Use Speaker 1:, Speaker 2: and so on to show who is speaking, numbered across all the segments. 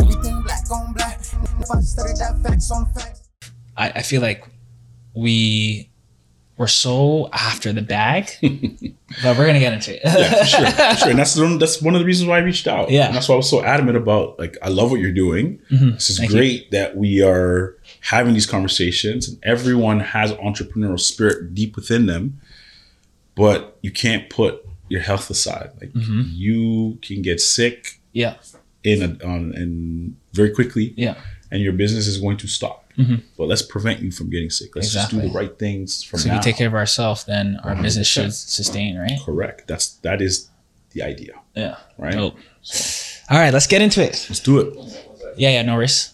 Speaker 1: Everything black on black. If I studied that facts on facts.
Speaker 2: I, I feel like we were so after the bag, but we're gonna get into it.
Speaker 3: yeah, for sure, for sure. And that's the, that's one of the reasons why I reached out.
Speaker 2: Yeah.
Speaker 3: and that's why I was so adamant about like I love what you're doing.
Speaker 2: Mhm.
Speaker 3: This is
Speaker 2: Thank you.
Speaker 3: great that we are having these conversations, and everyone has entrepreneurial spirit deep within them. But you can't put your health aside. Like
Speaker 2: Mhm.
Speaker 3: you can get sick
Speaker 2: Yeah,
Speaker 3: in a, on and very quickly,
Speaker 2: yeah,
Speaker 3: and your business is going to stop.
Speaker 2: Mhm.
Speaker 3: But let's prevent you from getting sick. Let's just do the
Speaker 2: Exactly.
Speaker 3: right things from
Speaker 2: so if
Speaker 3: now. Mm-hmm.
Speaker 2: we take care of ourselves, then our business
Speaker 3: 100%.
Speaker 2: should sustain, right?
Speaker 3: Correct. That's that is the idea,
Speaker 2: Yeah.
Speaker 3: right?
Speaker 2: Dope. All right, let's get into it.
Speaker 3: Let's do it.
Speaker 2: Yeah, yeah, no worries.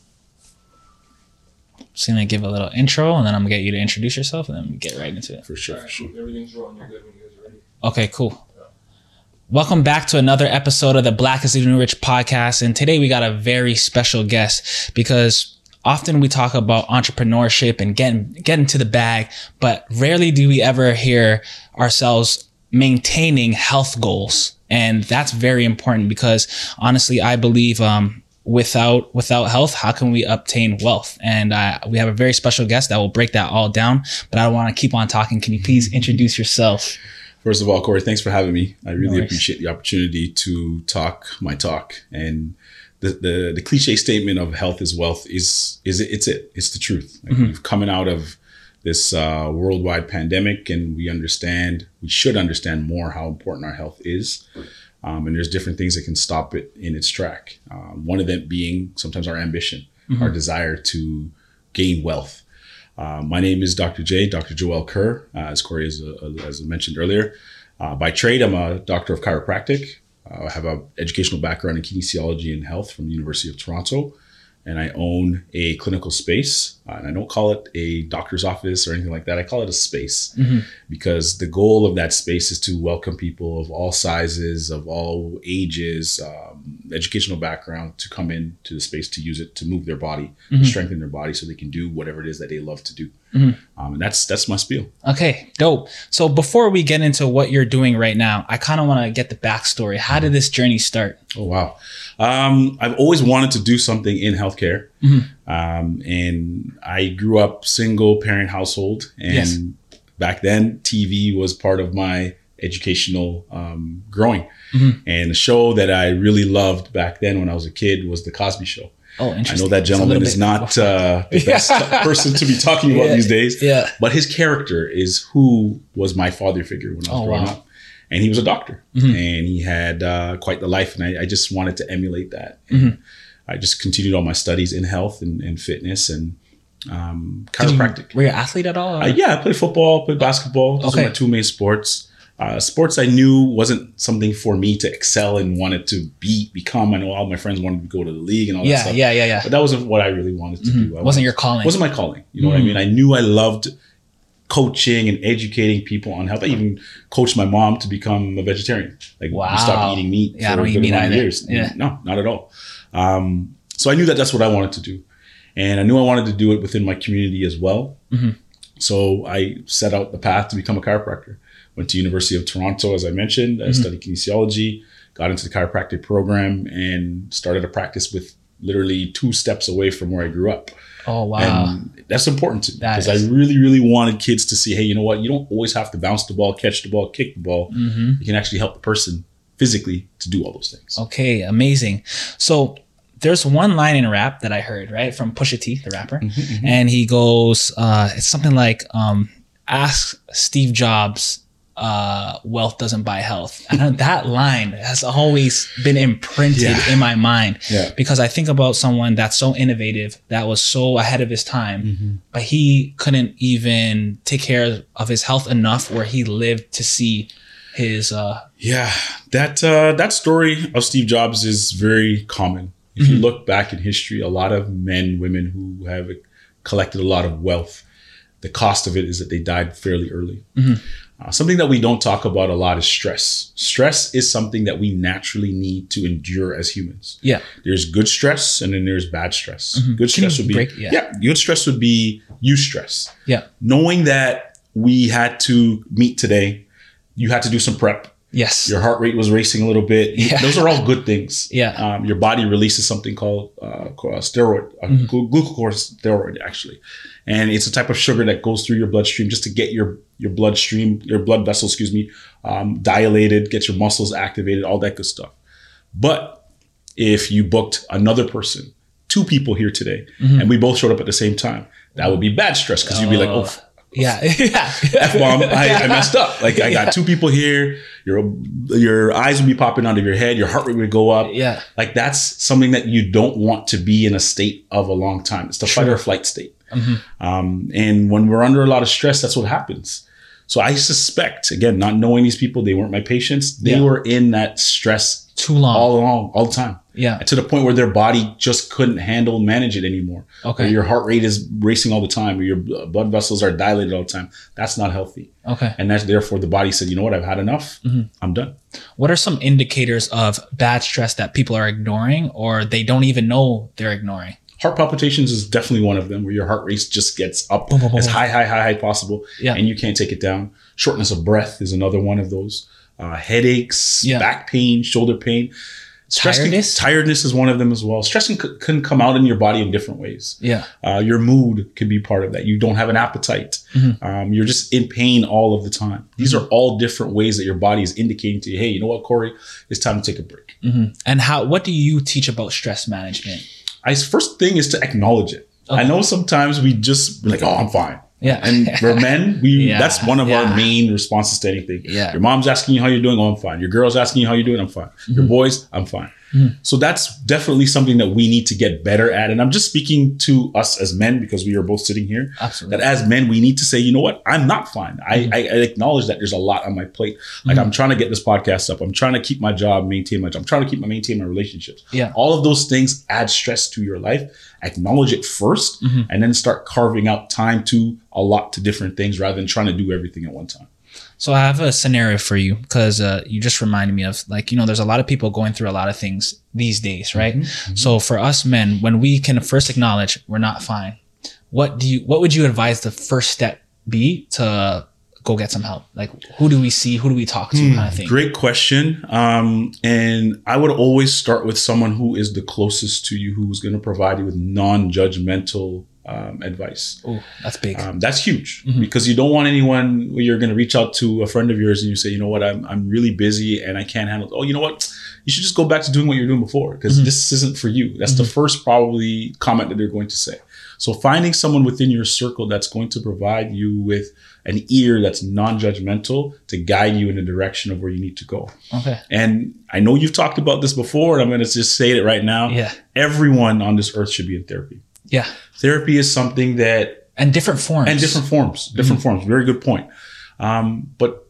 Speaker 2: Just gonna give a little intro, and then I'm gonna get you to introduce yourself, and then we get right into it.
Speaker 3: For sure, for sure.
Speaker 4: Everything's rolling. You're good when you guys are ready.
Speaker 2: Okay, cool. Welcome back to another episode of the Black is the New Rich podcast. And today we got a very special guest because often we talk about entrepreneurship and getting getting to the bag, but rarely do we ever hear ourselves maintaining health goals. And that's very important because honestly, I believe um, without without health, how can we obtain wealth? And uh, we have a very special guest that will break that all down. But I don't want to keep on talking. Can you please introduce yourself?
Speaker 3: First of all, Corey, thanks for having me. I really
Speaker 2: worries.
Speaker 3: appreciate the opportunity to talk my talk and the, the the cliche statement of health is wealth is is it, it's it it's the truth. Like We've coming out of this uh, worldwide pandemic, and we understand we should understand more how important our health is. Um, and there's different things that can stop it in its track. Um, one of them being sometimes our ambition, our desire to gain wealth. Uh, my name is Dr. J, Dr. Joel Kerr, uh, as Corey has, uh, as mentioned earlier. Uh, by trade, I'm a doctor of chiropractic. Uh, I have an educational background in kinesiology and health from the University of Toronto, and I own a clinical space. Uh, and I don't call it a doctor's office or anything like that. I call it a space
Speaker 2: Mhm.
Speaker 3: because the goal of that space is to welcome people of all sizes, of all ages, um, educational background to come in to the space to use it to move their body,
Speaker 2: Mhm.
Speaker 3: strengthen their body, so they can do whatever it is that they love to do.
Speaker 2: Mhm.
Speaker 3: Um, and that's that's my spiel.
Speaker 2: Okay, dope. So before we get into what you're doing right now, I kind of want to get the backstory. How did this journey start?
Speaker 3: Oh wow! Um, I've always wanted to do something in healthcare,
Speaker 2: Mhm.
Speaker 3: um, and I grew up single parent household, and
Speaker 2: Yes.
Speaker 3: back then TV was part of my educational um, growing.
Speaker 2: Mhm.
Speaker 3: And the show that I really loved back then when I was a kid was the Cosby Show.
Speaker 2: Oh,
Speaker 3: I
Speaker 2: interesting.
Speaker 3: know that
Speaker 2: It's a little
Speaker 3: gentleman is
Speaker 2: bit-
Speaker 3: not uh, the best person to be talking about
Speaker 2: Yeah.
Speaker 3: these days,
Speaker 2: Yeah.
Speaker 3: but his character is who was my father figure when I was
Speaker 2: Oh,
Speaker 3: growing
Speaker 2: wow.
Speaker 3: up. And he was a doctor
Speaker 2: Mhm.
Speaker 3: and he had uh, quite the life. And I, I just wanted to emulate that. And
Speaker 2: Mhm.
Speaker 3: I just continued all my studies in health and, and fitness and um,
Speaker 2: Did you-
Speaker 3: chiropractic.
Speaker 2: were you an athlete at all?
Speaker 3: Uh, yeah, I played football, played basketball. Those are
Speaker 2: Okay.
Speaker 3: my two main sports. Uh, sports I knew wasn't something for me to excel and wanted to be become. I know all my friends wanted to go to the league and all that
Speaker 2: yeah,
Speaker 3: stuff.
Speaker 2: yeah, yeah, yeah.
Speaker 3: But that wasn't what I really wanted to
Speaker 2: Mhm.
Speaker 3: do. I
Speaker 2: Wasn't your
Speaker 3: wanted-
Speaker 2: calling.
Speaker 3: wasn't my calling. You know what I
Speaker 2: Mhm.
Speaker 3: mean? I knew I loved coaching and educating people on health. I even coached my mom to become a vegetarian. Like
Speaker 2: Wow.
Speaker 3: we stopped eating meat
Speaker 2: Yeah, I
Speaker 3: for
Speaker 2: don't
Speaker 3: a
Speaker 2: eat
Speaker 3: good
Speaker 2: meat
Speaker 3: amount of
Speaker 2: either.
Speaker 3: years.
Speaker 2: Yeah.
Speaker 3: No, not at all. Um, so I knew that that's what I wanted to do. And I knew I wanted to do it within my community as well.
Speaker 2: Mhm.
Speaker 3: So I set out the path to become a chiropractor. Went to University of Toronto, as I mentioned. I
Speaker 2: Mhm.
Speaker 3: studied kinesiology, got into the chiropractic program, and started a practice with literally two steps away from where I grew up.
Speaker 2: oh wow.
Speaker 3: And that's important to me
Speaker 2: That
Speaker 3: because
Speaker 2: is-
Speaker 3: I really, really wanted kids to see, hey, you know what? You don't always have to bounce the ball, catch the ball, kick the ball.
Speaker 2: hmm
Speaker 3: You can actually help the person physically to do all those things.
Speaker 2: Okay, amazing. So there's one line in rap that I heard right from Pusha T, the rapper,
Speaker 3: Mm-hmm.
Speaker 2: and he goes, uh, it's something like, um, "Ask Steve Jobs." Uh, wealth doesn't buy health. And that line has always been imprinted
Speaker 3: Yeah.
Speaker 2: in my mind.
Speaker 3: Yeah.
Speaker 2: because I think about someone that's so innovative, that was so ahead of his time,
Speaker 3: Mm-hmm.
Speaker 2: but he couldn't even take care of his health enough where he lived to see his uh
Speaker 3: Yeah, that uh, that story of Steve Jobs is very common. If you
Speaker 2: Mhm.
Speaker 3: look back in history, a lot of men, women who have collected a lot of wealth, the cost of it is that they died fairly early.
Speaker 2: Mhm.
Speaker 3: Uh, something that we don't talk about a lot is stress. Stress is something that we naturally need to endure as humans.
Speaker 2: Yeah.
Speaker 3: there's good stress and then there's bad stress.
Speaker 2: Mhm.
Speaker 3: Good
Speaker 2: Can you
Speaker 3: stress would be
Speaker 2: break- yeah.
Speaker 3: yeah, good stress would be you stress.
Speaker 2: Yeah.
Speaker 3: knowing that we had to meet today, you had to do some prep
Speaker 2: Yes.
Speaker 3: Your heart rate was racing a little bit.
Speaker 2: Yeah.
Speaker 3: Those are all good things.
Speaker 2: Yeah.
Speaker 3: Um, your body releases something called uh, co- uh, steroid, uh,
Speaker 2: Mm-hmm.
Speaker 3: glu- glucocorticosteroid, actually, and it's a type of sugar that goes through your bloodstream just to get your your bloodstream, your blood vessel, excuse me, um, dilated, get your muscles activated, all that good stuff. But if you booked another person, two people here today,
Speaker 2: Mm-hmm.
Speaker 3: and we both showed up at the same time, that would be bad stress because you'd be like,
Speaker 2: Oh.
Speaker 3: oh. f-
Speaker 2: yeah. yeah.
Speaker 3: F bomb. I, I messed up. Like I got two people here. Your your eyes would be popping out of your head. Your heart rate would go up.
Speaker 2: Yeah.
Speaker 3: Like that's something that you don't want to be in a state of a long time. It's the fight or flight state.
Speaker 2: Mm-hmm.
Speaker 3: Um, and when we're under a lot of stress, that's what happens. So I suspect, again, not knowing these people, they weren't my patients. They
Speaker 2: Yeah. Uh-huh.
Speaker 3: were in that stress
Speaker 2: Too long.
Speaker 3: all along, all the time.
Speaker 2: Yeah.
Speaker 3: To the point where their body just couldn't handle, manage it anymore.
Speaker 2: Okay.
Speaker 3: Or your heart rate is racing all the time, or your bl- blood vessels are dilated all the time. That's not healthy.
Speaker 2: Okay.
Speaker 3: And that's therefore the body said, you know what, I've had enough.
Speaker 2: Mm-hmm.
Speaker 3: I'm done.
Speaker 2: What are some indicators of bad stress that people are ignoring or they don't even know they're ignoring?
Speaker 3: Heart palpitations is definitely one of them where your heart rate just gets up
Speaker 2: Boom, boom, boom,
Speaker 3: as
Speaker 2: boom.
Speaker 3: high, high, high, high possible.
Speaker 2: Yeah.
Speaker 3: And you can't take it down. Shortness of breath is another one of those. Uh, headaches,
Speaker 2: Yeah.
Speaker 3: back pain, shoulder pain. Stress can-
Speaker 2: Tiredness?
Speaker 3: tiredness is one of them as well. Stress can, can come out in your body in different ways.
Speaker 2: Yeah.
Speaker 3: Uh, your mood could be part of that. You don't have an appetite.
Speaker 2: Mm-hmm.
Speaker 3: Um, you're just in pain all of the time. These are all different ways that your body is indicating to you, hey, you know what, Corey, it's time to take a break.
Speaker 2: Mm-hmm. And how what do you teach about stress management?
Speaker 3: I first thing is to acknowledge it. I know sometimes we just be like, oh, I'm fine.
Speaker 2: Yeah.
Speaker 3: And for men, we
Speaker 2: Yeah,
Speaker 3: that's one of
Speaker 2: yeah.
Speaker 3: our main responses to anything.
Speaker 2: Yeah.
Speaker 3: Your mom's asking you how you're doing, oh, I'm fine. Your girl's asking you how you're doing, I'm fine. Your
Speaker 2: Mm-hmm.
Speaker 3: boys, I'm fine. So that's definitely something that we need to get better at. And I'm just speaking to us as men because we are both sitting here.
Speaker 2: Absolutely.
Speaker 3: That as men, we need to say, you know what? I'm not fine. I, I, I acknowledge that there's a lot on my plate. Like I'm trying to get this podcast up. I'm trying to keep my job, maintain my job. I'm trying to keep my maintain my relationships.
Speaker 2: Yeah.
Speaker 3: All of those things add stress to your life. Acknowledge it 1st and then start carving out time to allot to different things rather than trying to do everything at one time.
Speaker 2: So I have a scenario for you because uh, you just reminded me of like you know there's a lot of people going through a lot of things these days, right? So for us men, when we can first acknowledge we're not fine, what do you what would you advise the first step be to go get some help? Like who do we see, who do we talk to, kind of thing.
Speaker 3: Great question. Um, and I would always start with someone who is the closest to you, who's going to provide you with non judgmental um, advice.
Speaker 2: Oh, that's big.
Speaker 3: Um, that's huge
Speaker 2: Mm-hmm.
Speaker 3: because you don't want anyone where you're going to reach out to a friend of yours and you say, you know what, I'm, I'm really busy and I can't handle. Oh, you know what, you should just go back to doing what you're doing before because
Speaker 2: Mm-hmm.
Speaker 3: this isn't for you. That's the first probably comment that they're going to say. So finding someone within your circle that's going to provide you with an ear that's non-judgmental to guide you in the direction of where you need to go.
Speaker 2: okay.
Speaker 3: And I know you've talked about this before, and I'm going to just say it right now.
Speaker 2: Yeah.
Speaker 3: Everyone on this earth should be in therapy.
Speaker 2: Yeah.
Speaker 3: Therapy is something that
Speaker 2: And different forms.
Speaker 3: and different forms, different forms. Very good point. Um, but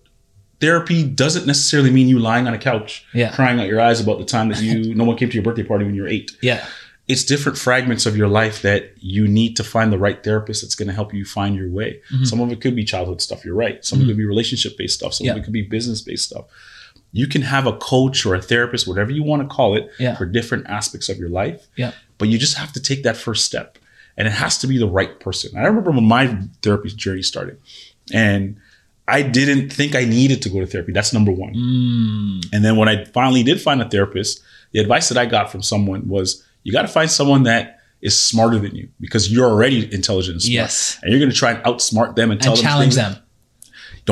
Speaker 3: therapy doesn't necessarily mean you lying on a couch,
Speaker 2: Yeah.
Speaker 3: crying out your eyes about the time that you no one came to your birthday party when you were eight.
Speaker 2: Yeah.
Speaker 3: It's different fragments of your life that you need to find the right therapist that's going to help you find your way.
Speaker 2: Mm-hmm.
Speaker 3: Some of it could be childhood stuff. You're right. Some of it could be relationship based stuff. Some
Speaker 2: Yeah.
Speaker 3: of it could be business based stuff. You can have a coach or a therapist, whatever you want to call it,
Speaker 2: Yeah.
Speaker 3: for different aspects of your life
Speaker 2: Yeah.
Speaker 3: but you just have to take that first step and it has to be the right person and i remember when my therapy journey started and i didn't think i needed to go to therapy that's number one
Speaker 2: Mm,
Speaker 3: and then when i finally did find a therapist the advice that i got from someone was you got to find someone that is smarter than you because you're already intelligent and smart.
Speaker 2: Yes.
Speaker 3: And you're going to try and outsmart them and tell
Speaker 2: And
Speaker 3: them
Speaker 2: challenge
Speaker 3: things-
Speaker 2: them. Mm-hmm.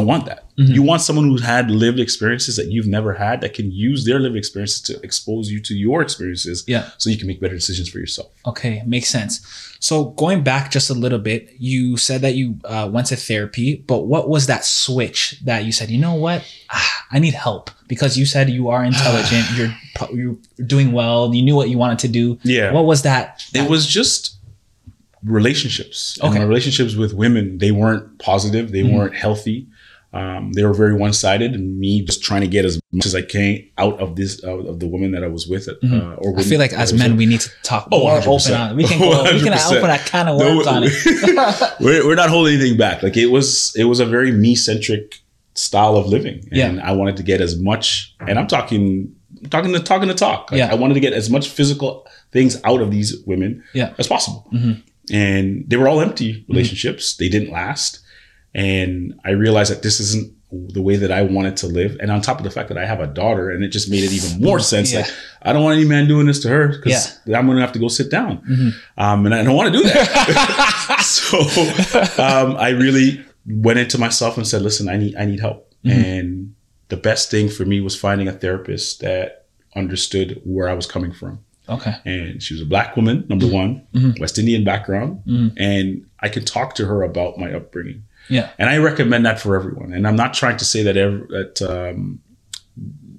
Speaker 3: don't want that. You want someone who's had lived experiences that you've never had that can use their lived experiences to expose you to your experiences
Speaker 2: Yeah.
Speaker 3: so you can make better decisions for yourself.
Speaker 2: Okay, makes sense. So going back just a little bit, you said that you uh, went to therapy, but what was that switch that you said, you know what, ah, I need help because you said you are intelligent, you're pro- you're doing well, you knew what you wanted to do.
Speaker 3: Yeah.
Speaker 2: What was that?
Speaker 3: it was just relationships. And
Speaker 2: Okay. Mm-hmm.
Speaker 3: my relationships with women, they weren't positive. They weren't healthy. Um, they were very one sided, and me just trying to get as much as I can out of this out of the woman that I was with. Uh, or
Speaker 2: Mm-hmm. I
Speaker 3: women
Speaker 2: feel like
Speaker 3: that I
Speaker 2: as
Speaker 3: was
Speaker 2: men,
Speaker 3: with.
Speaker 2: we need to talk
Speaker 3: Oh,
Speaker 2: more open
Speaker 3: 100%.
Speaker 2: on. We can go, we can
Speaker 3: 100%.
Speaker 2: open a can of
Speaker 3: No,
Speaker 2: worms on it.
Speaker 3: we're, we're not holding anything back. Like it was it was a very me centric style of living, and I wanted to get as much. And I'm talking talking to talking to talk. Like,
Speaker 2: Yeah.
Speaker 3: I wanted to get as much physical things out of these women
Speaker 2: Yeah. Mm-hmm.
Speaker 3: as possible. And they were all empty relationships. They didn't last. And I realized that this isn't the way that I wanted to live. And on top of the fact that I have a daughter, and it just made it even more sense.
Speaker 2: Yeah.
Speaker 3: Like, I don't want any man doing this to her because I'm going to have to go sit down. Um, and I don't want to do that. so um, I really went into myself and said, listen, I need, I need help. And the best thing for me was finding a therapist that understood where I was coming from
Speaker 2: Okay.
Speaker 3: and she was a black woman, number
Speaker 2: Mm-hmm.
Speaker 3: one, West Indian background, and I could talk to her about my upbringing.
Speaker 2: Yeah.
Speaker 3: And I recommend that for everyone. And I'm not trying to say that ev- that um,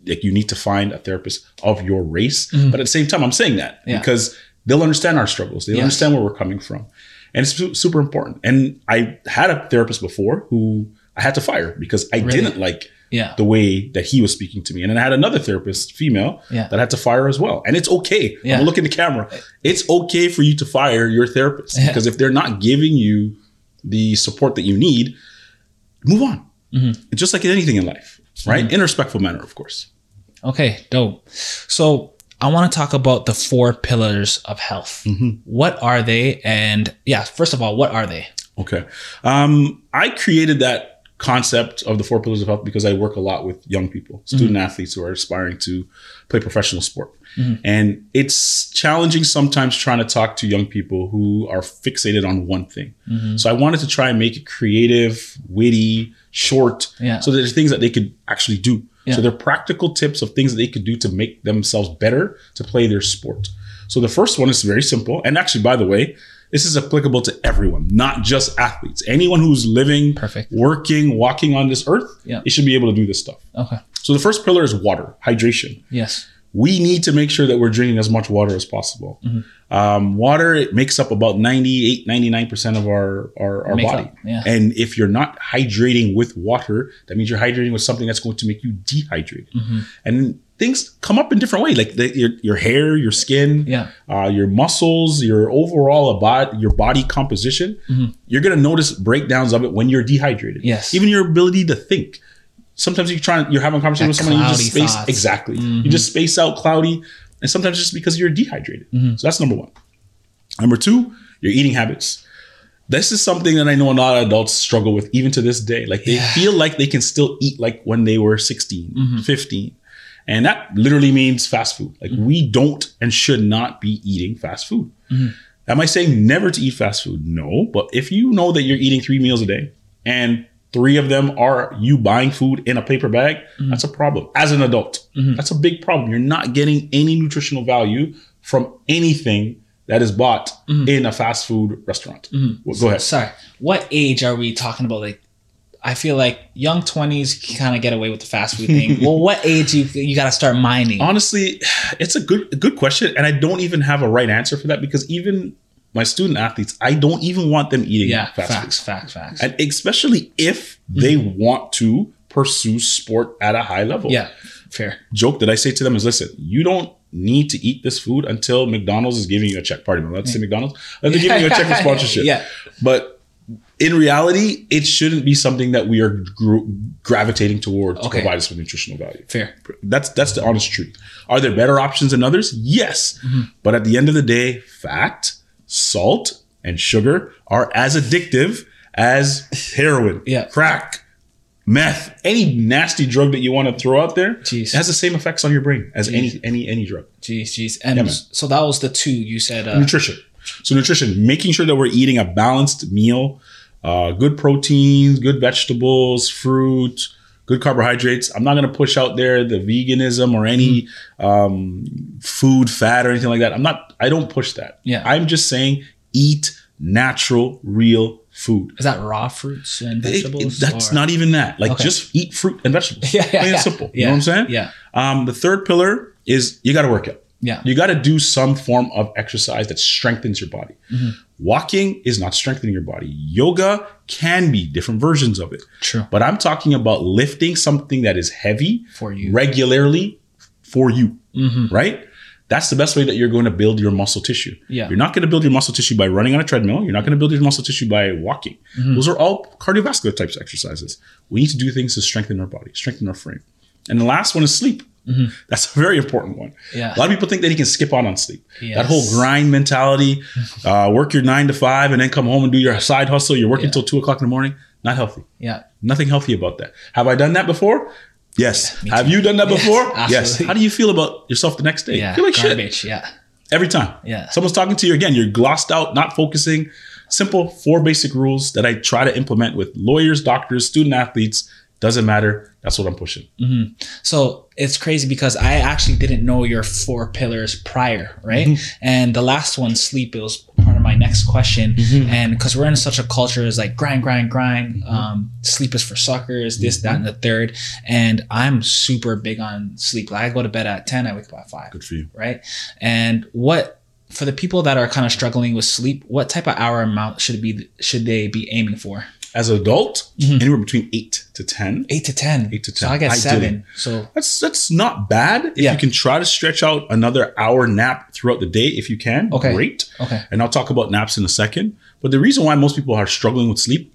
Speaker 3: like you need to find a therapist of your race, but at the same time, I'm saying that
Speaker 2: Mm-hmm. Yeah.
Speaker 3: because they'll understand our struggles, they will
Speaker 2: Yes.
Speaker 3: understand where we're coming from, and it's su- super important. And I had a therapist before who I had to fire because I didn't like
Speaker 2: Yeah.
Speaker 3: the way that he was speaking to me. And then I had another therapist, female,
Speaker 2: Yeah.
Speaker 3: that I had to fire as well. And it's okay.
Speaker 2: Yeah.
Speaker 3: I'm looking at the camera. It's okay for you to fire your therapist
Speaker 2: Yeah.
Speaker 3: because if they're not giving you the support that you need, move on.
Speaker 2: Mm-hmm.
Speaker 3: Just like anything in life, right? In a respectful manner, of course.
Speaker 2: Okay, dope. So I want to talk about the four pillars of health.
Speaker 3: Mm-hmm.
Speaker 2: What are they? And yeah, first of all, what are they?
Speaker 3: Okay. Um, I created that concept of the four pillars of health because I work a lot with young people,
Speaker 2: Mm-hmm.
Speaker 3: student athletes who are aspiring to play professional sport.
Speaker 2: Mm-hmm.
Speaker 3: And it's challenging sometimes trying to talk to young people who are fixated on one thing.
Speaker 2: Mm-hmm.
Speaker 3: So I wanted to try and make it creative, witty, short,
Speaker 2: Yeah.
Speaker 3: so there's things that they could actually do.
Speaker 2: Yeah.
Speaker 3: So they're practical tips of things that they could do to make themselves better to play their sport. So the first one is very simple. And actually, by the way, this is applicable to everyone, not just athletes. Anyone who's living,
Speaker 2: Perfect.
Speaker 3: working, walking on this earth,
Speaker 2: Yeah.
Speaker 3: it should be able to do this stuff.
Speaker 2: Okay.
Speaker 3: So the first pillar is water, hydration
Speaker 2: Yes.
Speaker 3: we need to make sure that we're drinking as much water as possible.
Speaker 2: Mm-hmm.
Speaker 3: Um, water it makes up about 98, 99% of our, our, our
Speaker 2: Makeup,
Speaker 3: body.
Speaker 2: yeah.
Speaker 3: And if you're not hydrating with water, that means you're hydrating with something that's going to make you dehydrated.
Speaker 2: Mm-hmm.
Speaker 3: And things come up in different ways, like the, your, your hair, your skin,
Speaker 2: Yeah.
Speaker 3: uh, your muscles, your overall about your body composition. You're going to notice breakdowns of it when you're dehydrated.
Speaker 2: Mm-hmm. Yes.
Speaker 3: Even your ability to think. Sometimes you're trying, you're having a conversation
Speaker 2: That
Speaker 3: with someone, and you just
Speaker 2: cloudy
Speaker 3: space
Speaker 2: thoughts. Mm-hmm.
Speaker 3: exactly exactly. You just space out cloudy, and sometimes just because you're dehydrated.
Speaker 2: Mm-hmm.
Speaker 3: So that's number one. Number two, your eating habits. This is something that I know a lot of adults struggle with even to this day. Like they feel like they can still eat like when they were 16, 15. And that literally means fast food. Like we don't and should not be eating fast food. Am I saying never to eat fast food? No, but if you know that you're eating three meals a day and three of them are you buying food in a paper bag,
Speaker 2: Mm-hmm.
Speaker 3: that's a problem as an adult. That's a big problem. You're not getting any nutritional value from anything that is bought
Speaker 2: Mm-hmm.
Speaker 3: in a fast food restaurant. Well, go ahead.
Speaker 2: Sorry. What age are we talking about? Like, I feel like young twenties can kind of get away with the fast food thing. well, what age you you got to start mining?
Speaker 3: Honestly, it's a good a good question, and I don't even have a right answer for that because even my student athletes, I don't even want them eating
Speaker 2: yeah.
Speaker 3: fast food.
Speaker 2: Facts. Facts. Facts.
Speaker 3: and especially if they want to pursue sport at a high level.
Speaker 2: Mm-hmm. yeah. Fair.
Speaker 3: Joke that I say to them is, listen, you don't need to eat this food until McDonald's is giving you a check. Pardon me, let's say McDonald's. They're giving you a check for sponsorship.
Speaker 2: Yeah.
Speaker 3: But in reality, it shouldn't be something that we are gr- gravitating toward to
Speaker 2: Okay.
Speaker 3: provide us with nutritional value.
Speaker 2: Fair.
Speaker 3: That's that's the honest truth. Are there better options than others? Yes.
Speaker 2: Mm-hmm.
Speaker 3: But at the end of the day, fat, salt, and sugar are as addictive as heroin,
Speaker 2: Yeah.
Speaker 3: crack, meth, any nasty drug that you want to throw out there
Speaker 2: Jeez.
Speaker 3: it has the same effects on your brain as any any any drug.
Speaker 2: Jeez. Jeez. And
Speaker 3: man.
Speaker 2: so that was the two you said. Uh,
Speaker 3: Nutrition. So nutrition, making sure that we're eating a balanced meal, uh, good proteins, good vegetables, fruit, good carbohydrates. I'm not gonna push out there the veganism or any
Speaker 2: Mm-hmm.
Speaker 3: um, food fat or anything like that. I'm not. I don't push that.
Speaker 2: Yeah.
Speaker 3: I'm just saying eat natural, real food.
Speaker 2: is that raw fruits and
Speaker 3: It- it-
Speaker 2: vegetables?
Speaker 3: that's
Speaker 2: or-
Speaker 3: not even that. Like
Speaker 2: Okay.
Speaker 3: just eat fruit and vegetables.
Speaker 2: Yeah. Yeah.
Speaker 3: Plain and
Speaker 2: yeah.
Speaker 3: simple.
Speaker 2: Yeah,
Speaker 3: You know what I'm saying?
Speaker 2: Yeah.
Speaker 3: Um, the third pillar is you got to work out.
Speaker 2: Yeah.
Speaker 3: You got to do some form of exercise that strengthens your body.
Speaker 2: Mm-hmm.
Speaker 3: Walking is not strengthening your body. Yoga can be different versions of it.
Speaker 2: True.
Speaker 3: But I'm talking about lifting something that is heavy
Speaker 2: For you. Mm-hmm.
Speaker 3: regularly for you, right? That's the best way that you're going to build your muscle tissue.
Speaker 2: Yeah.
Speaker 3: You're not going to build your muscle tissue by running on a treadmill. You're not going to build your muscle tissue by walking.
Speaker 2: Mm-hmm.
Speaker 3: Those are all cardiovascular types of exercises. We need to do things to strengthen our body, strengthen our frame. And the last one is sleep. That's a very important one.
Speaker 2: Mm-hmm. Yeah.
Speaker 3: A lot of people think that he can skip out on sleep. That
Speaker 2: Yes.
Speaker 3: whole grind mentality, uh, work your nine to five and then come home and do your side hustle. You're working
Speaker 2: Yeah.
Speaker 3: till two o'clock in the morning. Not healthy.
Speaker 2: Yeah.
Speaker 3: Nothing healthy about that. Have I done that before? Yes.
Speaker 2: me
Speaker 3: Have you done that
Speaker 2: Yes,
Speaker 3: before? Yes.
Speaker 2: absolutely.
Speaker 3: How do you feel about yourself the next day?
Speaker 2: Yeah.
Speaker 3: feel like shit
Speaker 2: garbage. Yeah.
Speaker 3: every time.
Speaker 2: Yeah.
Speaker 3: Someone's talking to you again. You're glossed out, not focusing. Simple four basic rules that I try to implement with lawyers, doctors, student athletes. Doesn't matter. That's what I'm pushing.
Speaker 2: So it's crazy because I actually didn't know your four pillars prior, right?
Speaker 3: Mm-hmm.
Speaker 2: And the last one, sleep, it was part of my next question.
Speaker 3: Mm-hmm.
Speaker 2: And because we're in such a culture, it's like grind, grind, grind. Um, sleep is for suckers, this, that, and
Speaker 3: Mm-hmm.
Speaker 2: the third. And I'm super big on sleep. Like I go to bed at 10, I wake up at 5,
Speaker 3: Good for you.
Speaker 2: right? And what, for the people that are kind of struggling with sleep, what type of hour amount should be should they be aiming for?
Speaker 3: As an adult,
Speaker 2: Mm-hmm.
Speaker 3: anywhere between eight to ten.
Speaker 2: Eight to ten.
Speaker 3: Eight to
Speaker 2: So
Speaker 3: 10,
Speaker 2: I get
Speaker 3: ideally.
Speaker 2: seven. So
Speaker 3: That's that's not bad. If
Speaker 2: Yeah.
Speaker 3: you can try to stretch out another hour nap throughout the day, if you can,
Speaker 2: Okay.
Speaker 3: great.
Speaker 2: okay. Oh,
Speaker 3: And I'll talk about naps in a second. But the reason why most people are struggling with sleep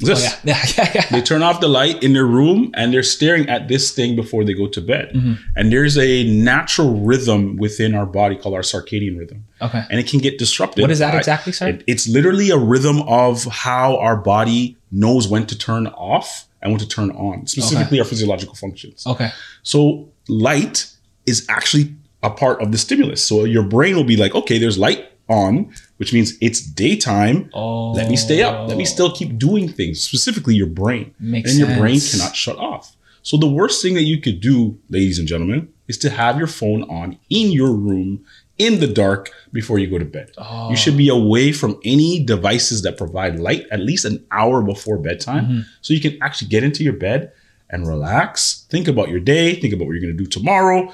Speaker 3: is
Speaker 2: Oh,
Speaker 3: this.
Speaker 2: yeah. Yeah, yeah, yeah.
Speaker 3: They turn off the light in their room and they're staring at this thing before they go to bed.
Speaker 2: Mm-hmm.
Speaker 3: And there's a natural rhythm within our body called our circadian rhythm.
Speaker 2: Okay.
Speaker 3: And it can get disrupted.
Speaker 2: What is that
Speaker 3: by-
Speaker 2: exactly, sir?
Speaker 3: It- it's literally a rhythm of how our body knows when to turn off and when to turn on, specifically our physiological functions.
Speaker 2: Okay.
Speaker 3: So light is actually a part of the stimulus. So your brain will be like, okay, there's light on, which means it's daytime.
Speaker 2: Oh.
Speaker 3: Let me stay up. Let me still keep doing things. Specifically, your brain.
Speaker 2: Makes
Speaker 3: and your brain
Speaker 2: sense.
Speaker 3: cannot shut off. So the worst thing that you could do, ladies and gentlemen, is to have your phone on in your room in the dark before you go to bed.
Speaker 2: Oh.
Speaker 3: You should be away from any devices that provide light at least an hour before bedtime
Speaker 2: Mm-hmm.
Speaker 3: so you can actually get into your bed and relax, think about your day, think about what you're going to do tomorrow,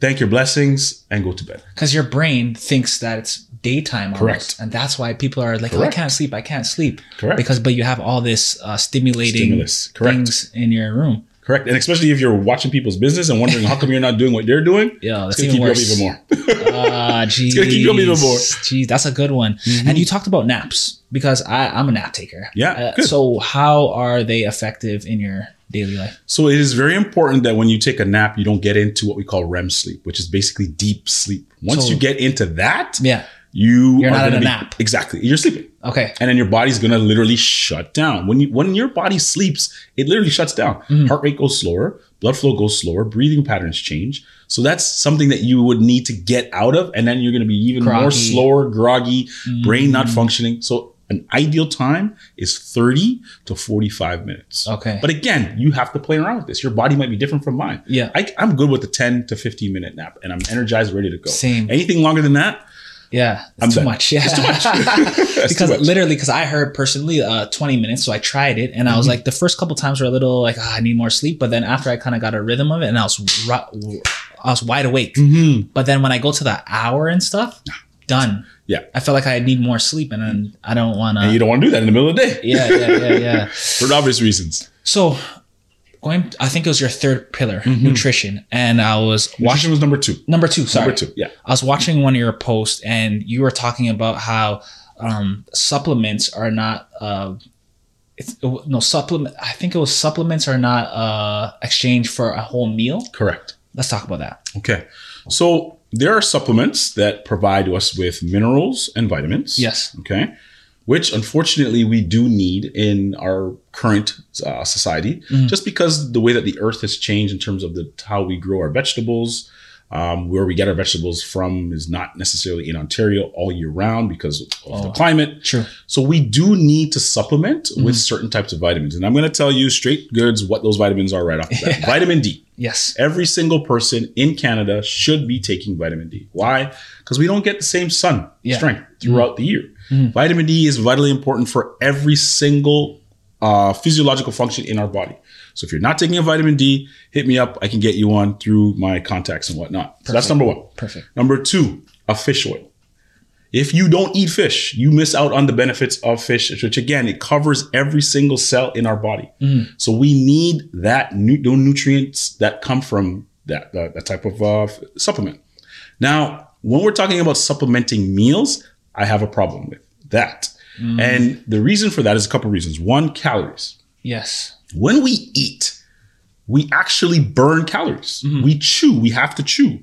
Speaker 3: thank your blessings and go to bed.
Speaker 2: Because Oh. your brain thinks that it's daytime. Almost,
Speaker 3: Correct.
Speaker 2: And that's why people are like, "Oh,
Speaker 3: Correct.
Speaker 2: I can't sleep. I can't sleep.
Speaker 3: Correct.
Speaker 2: Because but you have all this uh, stimulating
Speaker 3: Stimulus. Correct.
Speaker 2: things in your room.
Speaker 3: Correct. And especially if you're watching people's business and wondering how come you're not doing what they're doing,
Speaker 2: Yeah,
Speaker 3: it's
Speaker 2: that's
Speaker 3: going to
Speaker 2: even
Speaker 3: keep you up
Speaker 2: worse.
Speaker 3: even more.
Speaker 2: Ah, jeez.
Speaker 3: gonna keep you up even more. Mm-hmm.
Speaker 2: Jeez, that's a good one. And you talked about naps because I, I'm a nap taker.
Speaker 3: Yeah,
Speaker 2: Uh,
Speaker 3: good.
Speaker 2: so how are they effective in your daily life?
Speaker 3: So it is very important that when you take a nap, you don't get into what we call REM sleep, which is basically deep sleep. Once
Speaker 2: So-
Speaker 3: you get into that,
Speaker 2: Yeah.
Speaker 3: you
Speaker 2: You're
Speaker 3: are
Speaker 2: not in
Speaker 3: gonna
Speaker 2: a
Speaker 3: be-
Speaker 2: nap.
Speaker 3: Exactly. You're sleeping.
Speaker 2: Okay.
Speaker 3: and then your body's gonna literally shut down. When you when your body sleeps, it literally shuts down.
Speaker 2: Mm-hmm.
Speaker 3: Heart rate goes slower, blood flow goes slower, breathing patterns change. So that's something that you would need to get out of, and then you're gonna be even more
Speaker 2: Groggy. Mm-hmm.
Speaker 3: slower, groggy, brain not functioning. So an ideal time is 30 to 45 minutes.
Speaker 2: Okay.
Speaker 3: But again, you have to play around with this. Your body might be different from mine.
Speaker 2: Yeah.
Speaker 3: I, I'm good with the 10 to 15 minute nap and I'm energized, ready to go.
Speaker 2: Same.
Speaker 3: Anything longer than that,
Speaker 2: Yeah, it's
Speaker 3: I'm
Speaker 2: too
Speaker 3: done.
Speaker 2: much. Yeah,
Speaker 3: it's too much. That's
Speaker 2: because
Speaker 3: too much.
Speaker 2: literally, because I heard personally, uh, 20 minutes. So I tried it, and I
Speaker 3: Mm-hmm.
Speaker 2: was like, the first couple times were a little like, ah, I need more sleep. But then after I kind of got a rhythm of it, and I was, ru- I was wide awake.
Speaker 3: Mhm.
Speaker 2: But then when I go to the hour and stuff, done.
Speaker 3: Yeah.
Speaker 2: I felt like I need more sleep, and then I don't want
Speaker 3: And
Speaker 2: to.
Speaker 3: you don't want to do that in the middle of the day.
Speaker 2: Yeah, yeah, yeah, yeah.
Speaker 3: for obvious reasons.
Speaker 2: So. Going, I think it was your third pillar, nutrition, and I was
Speaker 3: Washington was number two.
Speaker 2: number two. Sorry,
Speaker 3: Number two. Yeah.
Speaker 2: I was watching one of your posts and you were talking about how um, supplements are not. Uh, it's, no supplement. I think it was supplements are not uh, exchanged for a whole meal.
Speaker 3: Correct.
Speaker 2: Let's talk about that.
Speaker 3: Okay. So there are supplements that provide us with minerals and vitamins.
Speaker 2: Yes.
Speaker 3: Okay. Which unfortunately we do need in our current uh, society, just because the way that the earth has changed in terms of the how we grow our vegetables, um, where we get our vegetables from is not necessarily in Ontario all year round because of the
Speaker 2: Oh.
Speaker 3: climate.
Speaker 2: True.
Speaker 3: So we do need to supplement with certain types of vitamins, and I'm going to tell you straight goods what those vitamins are right off the bat. Vitamin D.
Speaker 2: Yes.
Speaker 3: Every single person in Canada should be taking vitamin D. Why? Because we don't get the same sun
Speaker 2: Yeah. Mm-hmm.
Speaker 3: strength throughout the year. Vitamin D is vitally important for every single uh, physiological function in our body. So if you're not taking a vitamin D, hit me up. I can get you one through my contacts and whatnot. So that's number one.
Speaker 2: Perfect.
Speaker 3: Number two, a fish oil. If you don't eat fish, you miss out on the benefits of fish, which again, it covers every single cell in our body. So we need that nu- those nutrients that come from that that, that type of uh, f- supplement. Now, when we're talking about supplementing meals, I have a problem with that, and the reason for that is a couple reasons. One, calories.
Speaker 2: Yes.
Speaker 3: When we eat, we actually burn calories.
Speaker 2: Mm-hmm.
Speaker 3: We chew. We have to chew.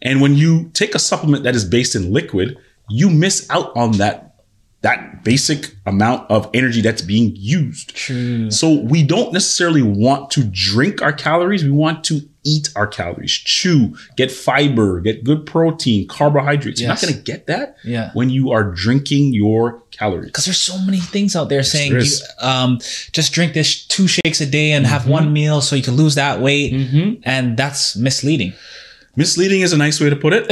Speaker 3: And when you take a supplement that is based in liquid, you miss out on that that basic amount of energy that's being used.
Speaker 2: True.
Speaker 3: So we don't necessarily want to drink our calories. We want to eat our calories, chew, get fiber, get good protein, carbohydrates. You're not
Speaker 2: Yes.
Speaker 3: going to get that
Speaker 2: Yeah.
Speaker 3: when you are drinking your calories.
Speaker 2: because there's so many things out there saying
Speaker 3: there
Speaker 2: you,
Speaker 3: is. Mm-hmm.
Speaker 2: um, just drink this sh- two shakes a day and have one meal so you can lose that weight, and that's misleading.
Speaker 3: Misleading is a nice way to put it.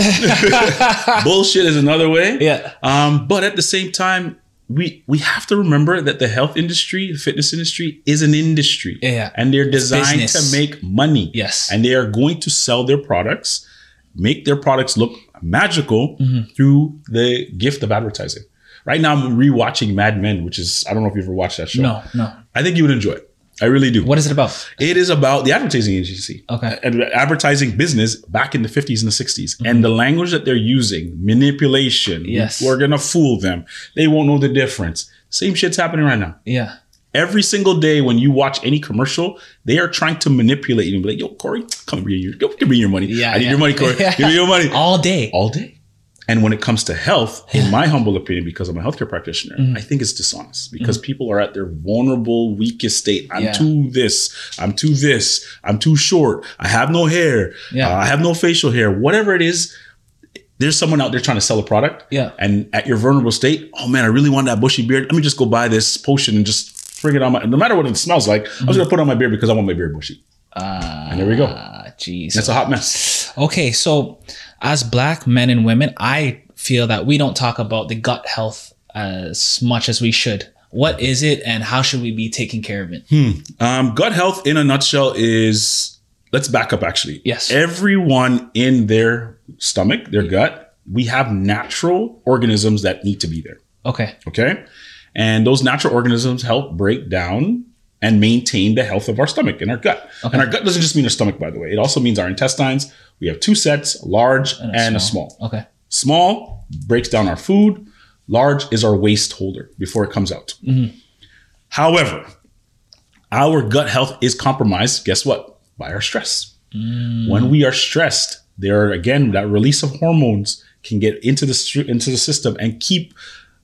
Speaker 3: Bullshit is another way.
Speaker 2: Yeah.
Speaker 3: Um, but at the same time, we we have to remember that the health industry, the fitness industry, is an industry.
Speaker 2: Yeah.
Speaker 3: And they're designed
Speaker 2: business.
Speaker 3: to make money.
Speaker 2: Yes.
Speaker 3: And they are going to sell their products, make their products look magical
Speaker 2: Mm-hmm.
Speaker 3: through the gift of advertising. Right now, I'm rewatching Mad Men, which is I don't know if you've ever watched that show.
Speaker 2: No, no.
Speaker 3: I think you would enjoy it. I really do.
Speaker 2: What Oh. is it about?
Speaker 3: It is about the advertising agency.
Speaker 2: Okay.
Speaker 3: Ad- uh, advertising business back in the 50s and the 60s. And the language that they're using, manipulation.
Speaker 2: Mm-hmm. Yes.
Speaker 3: We're going to fool them. They won't know the difference. Same shit's happening right now.
Speaker 2: Yeah.
Speaker 3: Every single day when you watch any commercial, they are trying to manipulate you and be like, yo, Corey, come bring your, come bring your money.
Speaker 2: Yeah,
Speaker 3: I need
Speaker 2: yeah.
Speaker 3: your money, Corey. Give me your money.
Speaker 2: All day.
Speaker 3: All day. And when it comes to health, in my humble opinion, because I'm a healthcare practitioner,
Speaker 2: Mm-hmm.
Speaker 3: I think it's dishonest because people are at their vulnerable, weakest state. I'm
Speaker 2: Yeah.
Speaker 3: too this, I'm too this, I'm too short, I have no hair,
Speaker 2: Yeah.
Speaker 3: uh, I have no facial hair, whatever it is. There's someone out there trying to sell a product.
Speaker 2: Yeah.
Speaker 3: And at your vulnerable state, oh man, I really want that bushy beard. Let me just go buy this potion and just bring it on my, no matter what it smells like, I'm
Speaker 2: Mm-hmm.
Speaker 3: just gonna put it on my beard because I want my beard bushy.
Speaker 2: Ah,
Speaker 3: And there we go.
Speaker 2: Jeez.
Speaker 3: That's a hot mess.
Speaker 2: Okay, so as black men and women, I feel that we don't talk about the gut health as much as we should. What is it, and how should we be taking care of it?
Speaker 3: Um, gut health in a nutshell is let's back up actually.
Speaker 2: Yes.
Speaker 3: Everyone in their stomach, their gut, we have natural organisms that need to be there.
Speaker 2: Okay.
Speaker 3: Okay. And those natural organisms help break down and maintain the health of our stomach and our gut.
Speaker 2: Okay.
Speaker 3: And our gut doesn't just mean our stomach, by the way, it also means our intestines. We have two sets, large and, a small.
Speaker 2: Okay.
Speaker 3: Small breaks down our food. Large is our waste holder before it comes out. However, our gut health is compromised. Guess what? By our stress. When we are stressed, there are, again that release of hormones can get into the stru- into the system and keep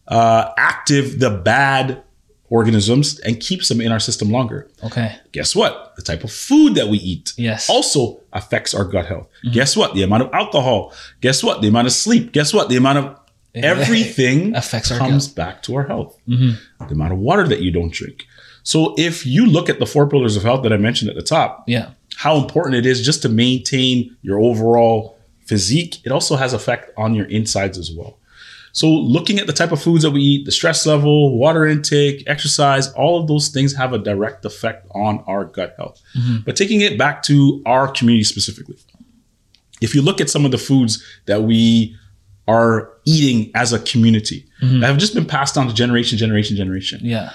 Speaker 3: uh, active the bad organisms and keeps them in our system longer
Speaker 2: Okay.
Speaker 3: guess what? The type of food that we eat
Speaker 2: Yes.
Speaker 3: also affects our gut health.
Speaker 2: Mm-hmm.
Speaker 3: Guess what? The amount of alcohol. Guess what? The amount of sleep. Guess what? The amount of everything
Speaker 2: Affects our Mm-hmm.
Speaker 3: comes back to our health. The amount of water that you don't drink. So if you look at the four pillars of health that I mentioned at the top,
Speaker 2: Yeah.
Speaker 3: how important it is just to maintain your overall physique. It also has effect on your insides as well. So looking at the type of foods that we eat, the stress level, water intake, exercise, all of those things have a direct effect on our gut health. But taking it back to our community specifically. If you look at some of the foods that we are eating as a community that have just been passed down to generation, generation, generation.
Speaker 2: Yeah.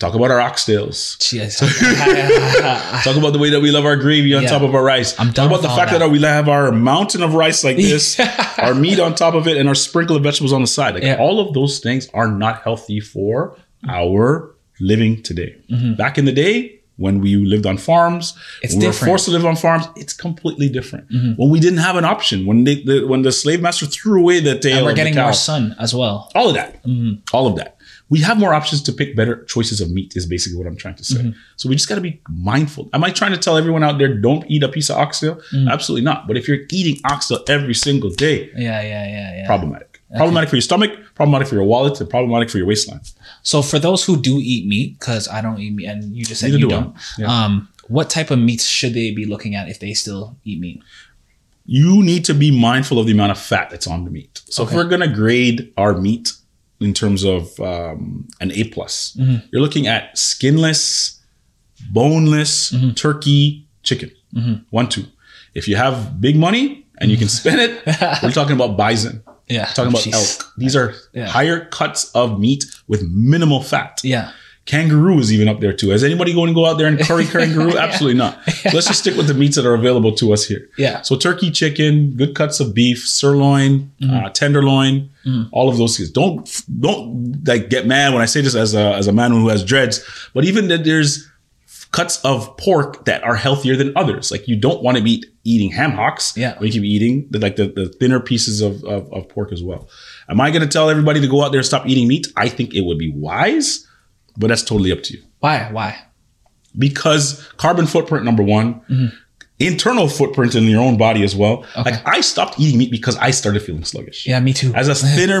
Speaker 3: Talk about our oxtails.
Speaker 2: Jeez.
Speaker 3: Talk about the way that we love our gravy on
Speaker 2: Yeah.
Speaker 3: top of our rice.
Speaker 2: I'm done
Speaker 3: Talk
Speaker 2: with
Speaker 3: about the
Speaker 2: all
Speaker 3: fact
Speaker 2: that.
Speaker 3: that. we have our mountain of rice like this, our meat on top of it, and our sprinkle of vegetables on the side. Like
Speaker 2: Yeah.
Speaker 3: all of those things are not healthy for our living today. Back in the day, when we lived on farms,
Speaker 2: Mm-hmm. It's
Speaker 3: when we were
Speaker 2: different. Mm-hmm.
Speaker 3: forced to live on farms. It's completely different. When we didn't have an option, when they, the when the slave master threw away the tail,
Speaker 2: and we're
Speaker 3: of the
Speaker 2: getting
Speaker 3: cow,
Speaker 2: more sun as well.
Speaker 3: all of that all of that we have more options to pick better choices of meat is basically what i'm trying to say so we just got to be mindful am i trying to tell everyone out there don't eat a piece of oxtail absolutely not but if you're eating oxtail every single day
Speaker 2: Yeah, yeah, yeah, yeah.
Speaker 3: problematic problematic for your stomach problematic for your wallet and problematic for your waistline
Speaker 2: So for those who do eat meat, because I don't eat meat, and you just said
Speaker 3: Neither
Speaker 2: you
Speaker 3: do I.
Speaker 2: don't. Um, what type of meats should they be looking at if they still eat meat?
Speaker 3: you need to be mindful of the amount of fat that's on the meat. So
Speaker 2: Okay.
Speaker 3: if we're gonna grade our meat in terms of um, an A plus,
Speaker 2: Mm-hmm.
Speaker 3: you're looking at skinless, boneless
Speaker 2: Mm-hmm.
Speaker 3: turkey chicken. One two. If you have big money and you can spend it, we're talking about bison.
Speaker 2: Yeah.
Speaker 3: Talking about
Speaker 2: Mm-hmm. Jeez.
Speaker 3: elk. These are
Speaker 2: Yeah.
Speaker 3: higher cuts of meat with minimal fat.
Speaker 2: Yeah.
Speaker 3: Kangaroo is even up there too. Is anybody going to go out there and curry kangaroo? Absolutely not. Let's just stick with the meats that are available to us here.
Speaker 2: Yeah.
Speaker 3: So turkey, chicken, good cuts of beef, sirloin, uh, tenderloin, all of those things. Don't don't like get mad when I say this as a as a man who has dreads, but even that there's cuts of pork that are healthier than others. Like you don't want to be eating ham hocks.
Speaker 2: Yeah.
Speaker 3: But you can be eating the, like the, the thinner pieces of, of, of pork as well. Am I going to tell everybody to go out there and stop eating meat? I think it would be wise, but that's totally up to you
Speaker 2: Why? Why?
Speaker 3: because carbon footprint number one internal footprint in your own body as well like i stopped eating meat because i started feeling sluggish
Speaker 2: Yeah, me too.
Speaker 3: as a thinner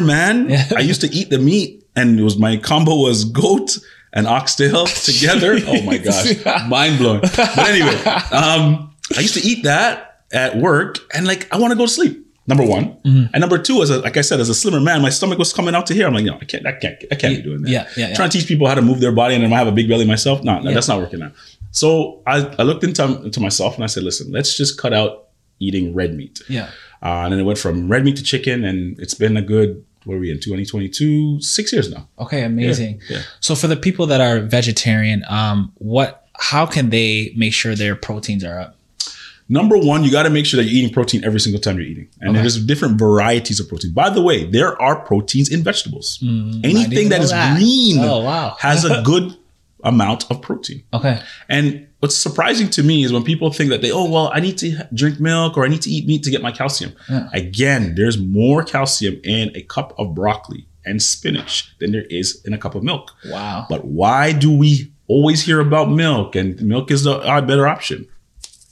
Speaker 3: man
Speaker 2: Yeah.
Speaker 3: i used to eat the meat and it was my combo was goat and oxtail together oh my gosh mind blowing but anyway um i used to eat that at work and like i want to go to sleep Number one,
Speaker 2: Mm-hmm.
Speaker 3: and number two, as a, like I said, as a slimmer man, my stomach was coming out to here. I'm like, no, I can't, I can't, I can't be doing that.
Speaker 2: Yeah, yeah, yeah.
Speaker 3: Trying to teach people how to move their body, and then I have a big belly myself. No, no,
Speaker 2: Yeah.
Speaker 3: that's not working out. So I, I looked into, into myself and I said, listen, let's just cut out eating red meat.
Speaker 2: yeah.
Speaker 3: Uh, and then it went from red meat to chicken, and it's been a good what are we in 2022 six years now.
Speaker 2: Okay, amazing.
Speaker 3: yeah.
Speaker 2: So for the people that are vegetarian, um, what? How can they make sure their proteins are up?
Speaker 3: Number one, you got to make sure that you're eating protein every single time you're eating, and
Speaker 2: Okay.
Speaker 3: there's different varieties of protein. By the way, there are proteins in vegetables. Anything
Speaker 2: Hmm, didn't
Speaker 3: that
Speaker 2: know
Speaker 3: is
Speaker 2: that.
Speaker 3: green
Speaker 2: Oh, wow.
Speaker 3: has a good amount of protein.
Speaker 2: Okay.
Speaker 3: And what's surprising to me is when people think that they, oh, well, I need to drink milk or I need to eat meat to get my calcium.
Speaker 2: Yeah.
Speaker 3: Again, there's more calcium in a cup of broccoli and spinach than there is in a cup of milk.
Speaker 2: Wow.
Speaker 3: But why do we always hear about milk and milk is the uh, better option?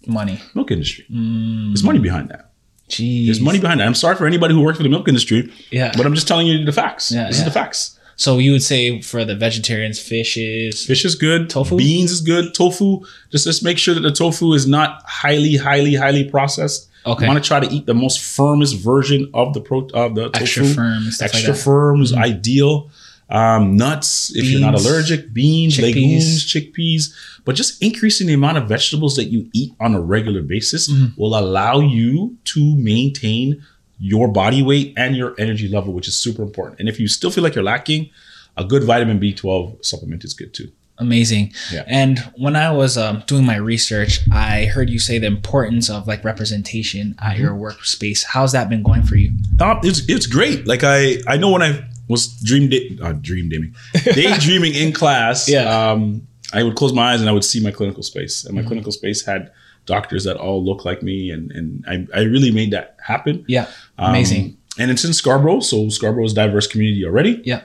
Speaker 2: Money.
Speaker 3: Milk industry.
Speaker 2: Mm.
Speaker 3: There's money behind that.
Speaker 2: Jeez.
Speaker 3: There's money behind that. I'm sorry for anybody who works for the milk industry,
Speaker 2: Yeah.
Speaker 3: but I'm just telling you the facts.
Speaker 2: Yeah,
Speaker 3: this
Speaker 2: yeah.
Speaker 3: is the facts.
Speaker 2: So you would say for the vegetarians, fish is
Speaker 3: Fish is good.
Speaker 2: Tofu?
Speaker 3: Beans is good. Tofu. Just just make sure that the tofu is not highly, highly, highly processed.
Speaker 2: Okay.
Speaker 3: You want to try to eat the most firmest version of the pro of the tofu.
Speaker 2: extra firm, stuff
Speaker 3: Extra
Speaker 2: like that. Mm-hmm.
Speaker 3: firm is ideal. Um, nuts, if you're not
Speaker 2: Beans.
Speaker 3: allergic, beans,
Speaker 2: Chickpeas.
Speaker 3: legumes, chickpeas, but just increasing the amount of vegetables that you eat on a regular basis
Speaker 2: Mm-hmm.
Speaker 3: will allow you to maintain your body weight and your energy level, which is super important. And if you still feel like you're lacking, a good vitamin B12 supplement is good too.
Speaker 2: Amazing.
Speaker 3: Yeah.
Speaker 2: And when I was um, doing my research, I heard you say the importance of like representation
Speaker 3: Mm-hmm.
Speaker 2: at your workspace. How's that been going for you?
Speaker 3: Uh, it's it's great. Like I I know when I was dream da- uh, dream dating daydreaming in class.
Speaker 2: Yeah.
Speaker 3: Um, I would close my eyes and I would see my clinical space, and my
Speaker 2: Mm-hmm.
Speaker 3: clinical space had doctors that all look like me, and and I, I really made that happen.
Speaker 2: Yeah.
Speaker 3: Um,
Speaker 2: Amazing.
Speaker 3: and it's in Scarborough, so Scarborough is a diverse community already.
Speaker 2: yeah.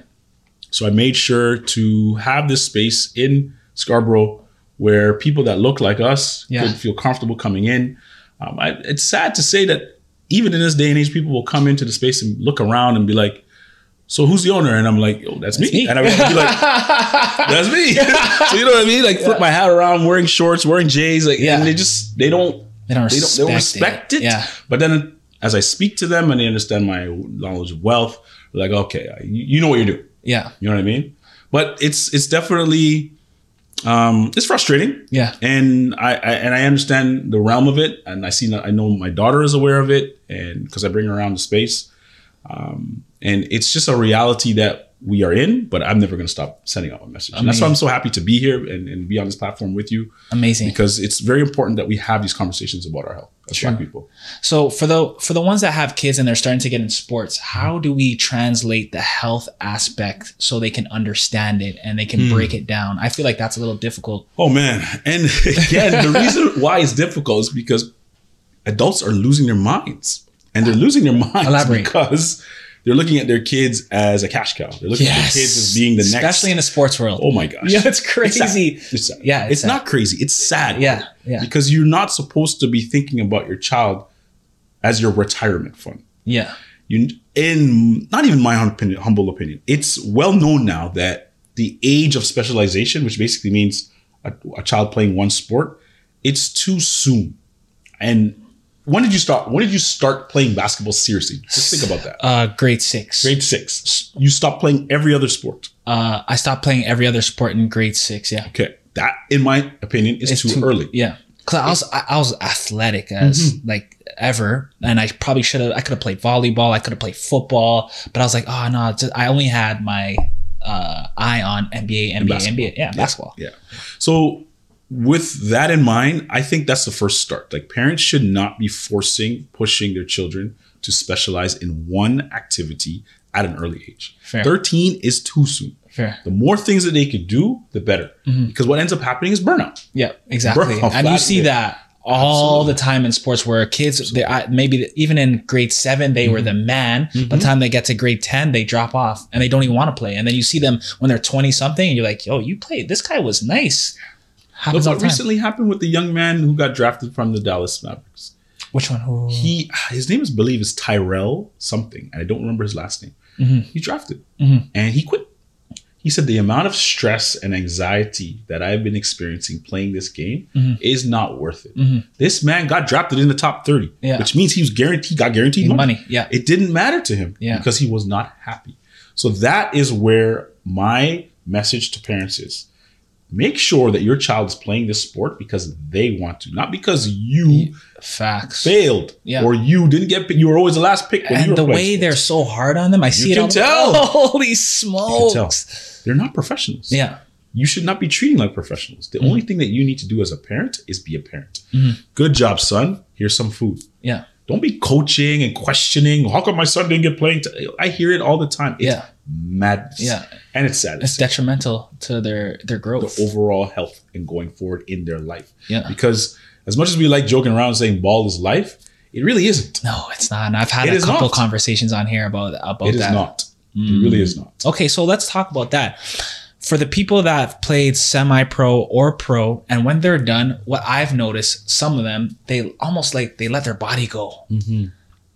Speaker 3: So I made sure to have this space in Scarborough where people that look like us
Speaker 2: Yeah.
Speaker 3: could feel comfortable coming in. Um, I, it's sad to say that even in this day and age, people will come into the space and look around and be like, "So who's the owner?" And I'm like, "Yo, that's, me.
Speaker 2: me.
Speaker 3: And I would be like, "That's me." so you know what I mean? Like flip my hat around, wearing shorts, wearing J's, like,
Speaker 2: Yeah.
Speaker 3: and they just they don't
Speaker 2: They don't
Speaker 3: they don't,
Speaker 2: respect,
Speaker 3: they don't respect it.
Speaker 2: Yeah.
Speaker 3: But then as I speak to them and they understand my knowledge of wealth, like, okay, you you know what you're doing.
Speaker 2: Yeah.
Speaker 3: You know what I mean? But it's it's definitely um, it's frustrating,
Speaker 2: Yeah.
Speaker 3: and I, I and I understand the realm of it, and I see that I know my daughter is aware of it, and because I bring her around the space, um, and it's just a reality that we are in. But I'm never going to stop sending out my message, and that's why I'm so happy to be here and, and be on this platform with you
Speaker 2: Amazing.
Speaker 3: because it's very important that we have these conversations about our health as Black people.
Speaker 2: So for the for the ones that have kids and they're starting to get in sports, how do we translate the health aspect so they can understand it and they can
Speaker 3: Hmm.
Speaker 2: break it down? I feel like that's a little difficult.
Speaker 3: Oh man. And again, the reason why it's difficult is because adults are losing their minds. And they're losing their minds
Speaker 2: Elaborate.
Speaker 3: because they're looking at their kids as a cash cow. They're looking at their kids as being the next
Speaker 2: especially in the sports world.
Speaker 3: Oh my gosh.
Speaker 2: Yeah, it's crazy.
Speaker 3: It's sad. It's sad.
Speaker 2: Yeah,
Speaker 3: It's,
Speaker 2: it's sad.
Speaker 3: not crazy. It's sad.
Speaker 2: Yeah, yeah.
Speaker 3: Because you're not supposed to be thinking about your child as your retirement fund
Speaker 2: Yeah.
Speaker 3: you in not even my hum- opinion, humble opinion it's well known now that the age of specialization which basically means a, a child playing one sport it's too soon and when did you start when did you start playing basketball seriously just think about that
Speaker 2: Uh, grade six.
Speaker 3: grade six you stopped playing every other sport
Speaker 2: Uh, I stopped playing every other sport in grade six. Yeah.
Speaker 3: okay that in my opinion is
Speaker 2: It's
Speaker 3: too, early
Speaker 2: Yeah. Cause I was I, I was athletic as like ever, and I probably should have. I could have played volleyball. I could have played football, but I was like, oh no, it's just, I only had my uh, eye on NBA, NBA,
Speaker 3: basketball.
Speaker 2: NBA. Yeah, basketball.
Speaker 3: Yeah. So with that in mind, I think that's the first start. Like parents should not be forcing, pushing their children to specialize in one activity at an early age.
Speaker 2: Fair.
Speaker 3: 13 is too soon.
Speaker 2: Fair.
Speaker 3: The more things that they could do, the better.
Speaker 2: Mm-hmm.
Speaker 3: Because what ends up happening is burnout.
Speaker 2: Yeah, exactly.
Speaker 3: Bro,
Speaker 2: and you
Speaker 3: flat
Speaker 2: see
Speaker 3: out.
Speaker 2: that all the time in sports where kids, they, I, maybe even in grade seven, they were the
Speaker 3: Mm-hmm.
Speaker 2: man. By the time they get to grade 10, they drop off and they don't even want to play. And then you see them when they're 20 something and you're like, yo, you played. This guy was nice.
Speaker 3: Look
Speaker 2: Happens all
Speaker 3: what
Speaker 2: the time.
Speaker 3: recently happened with the young man who got drafted from the Dallas Mavericks.
Speaker 2: Which one? Who?
Speaker 3: He ah, his name is I believe is Tyrell something, and I don't remember his last name. He drafted and he quit. He said the amount of stress and anxiety that I've been experiencing playing this game is not worth it. This man got drafted in the top 30,
Speaker 2: Yeah.
Speaker 3: which means he was guaranteed got guaranteed
Speaker 2: Money.
Speaker 3: money.
Speaker 2: Yeah.
Speaker 3: It didn't matter to him
Speaker 2: Yeah.
Speaker 3: because he was not happy. So that is where my message to parents is. Make sure that your child is playing this sport because they want to, not because you
Speaker 2: Facts.
Speaker 3: failed
Speaker 2: Yeah.
Speaker 3: or you didn't get picked. You were always the last pick. When you were
Speaker 2: and the
Speaker 3: playing
Speaker 2: way they're
Speaker 3: sports.
Speaker 2: so hard on them, I see it.
Speaker 3: can
Speaker 2: on-
Speaker 3: tell.
Speaker 2: Holy
Speaker 3: You can tell.
Speaker 2: smokes!
Speaker 3: they're not professionals.
Speaker 2: Yeah, Mm-hmm.
Speaker 3: you should not be treating like professionals. The only thing that you need to do as a parent is be a parent. Good job, son. Here's some food.
Speaker 2: yeah,
Speaker 3: Don't be coaching and questioning. How come my son didn't get playing? t-" I hear it all the time. It's
Speaker 2: Yeah.
Speaker 3: madness.
Speaker 2: Yeah.
Speaker 3: and it's sad.
Speaker 2: it's detrimental to their their growth.
Speaker 3: the overall health and going forward in their life.
Speaker 2: Yeah.
Speaker 3: Because as much as we like joking around saying ball is life, it really isn't.
Speaker 2: no, it's not. And I've had
Speaker 3: It
Speaker 2: a
Speaker 3: is
Speaker 2: couple
Speaker 3: not.
Speaker 2: conversations on here about about
Speaker 3: It is
Speaker 2: that. Mm.
Speaker 3: not. It really is not.
Speaker 2: Okay, so let's talk about that. For the people that have played semi pro or pro, and when they're done, what I've noticed, some of them, they almost like they let their body go.
Speaker 3: Mm-hmm.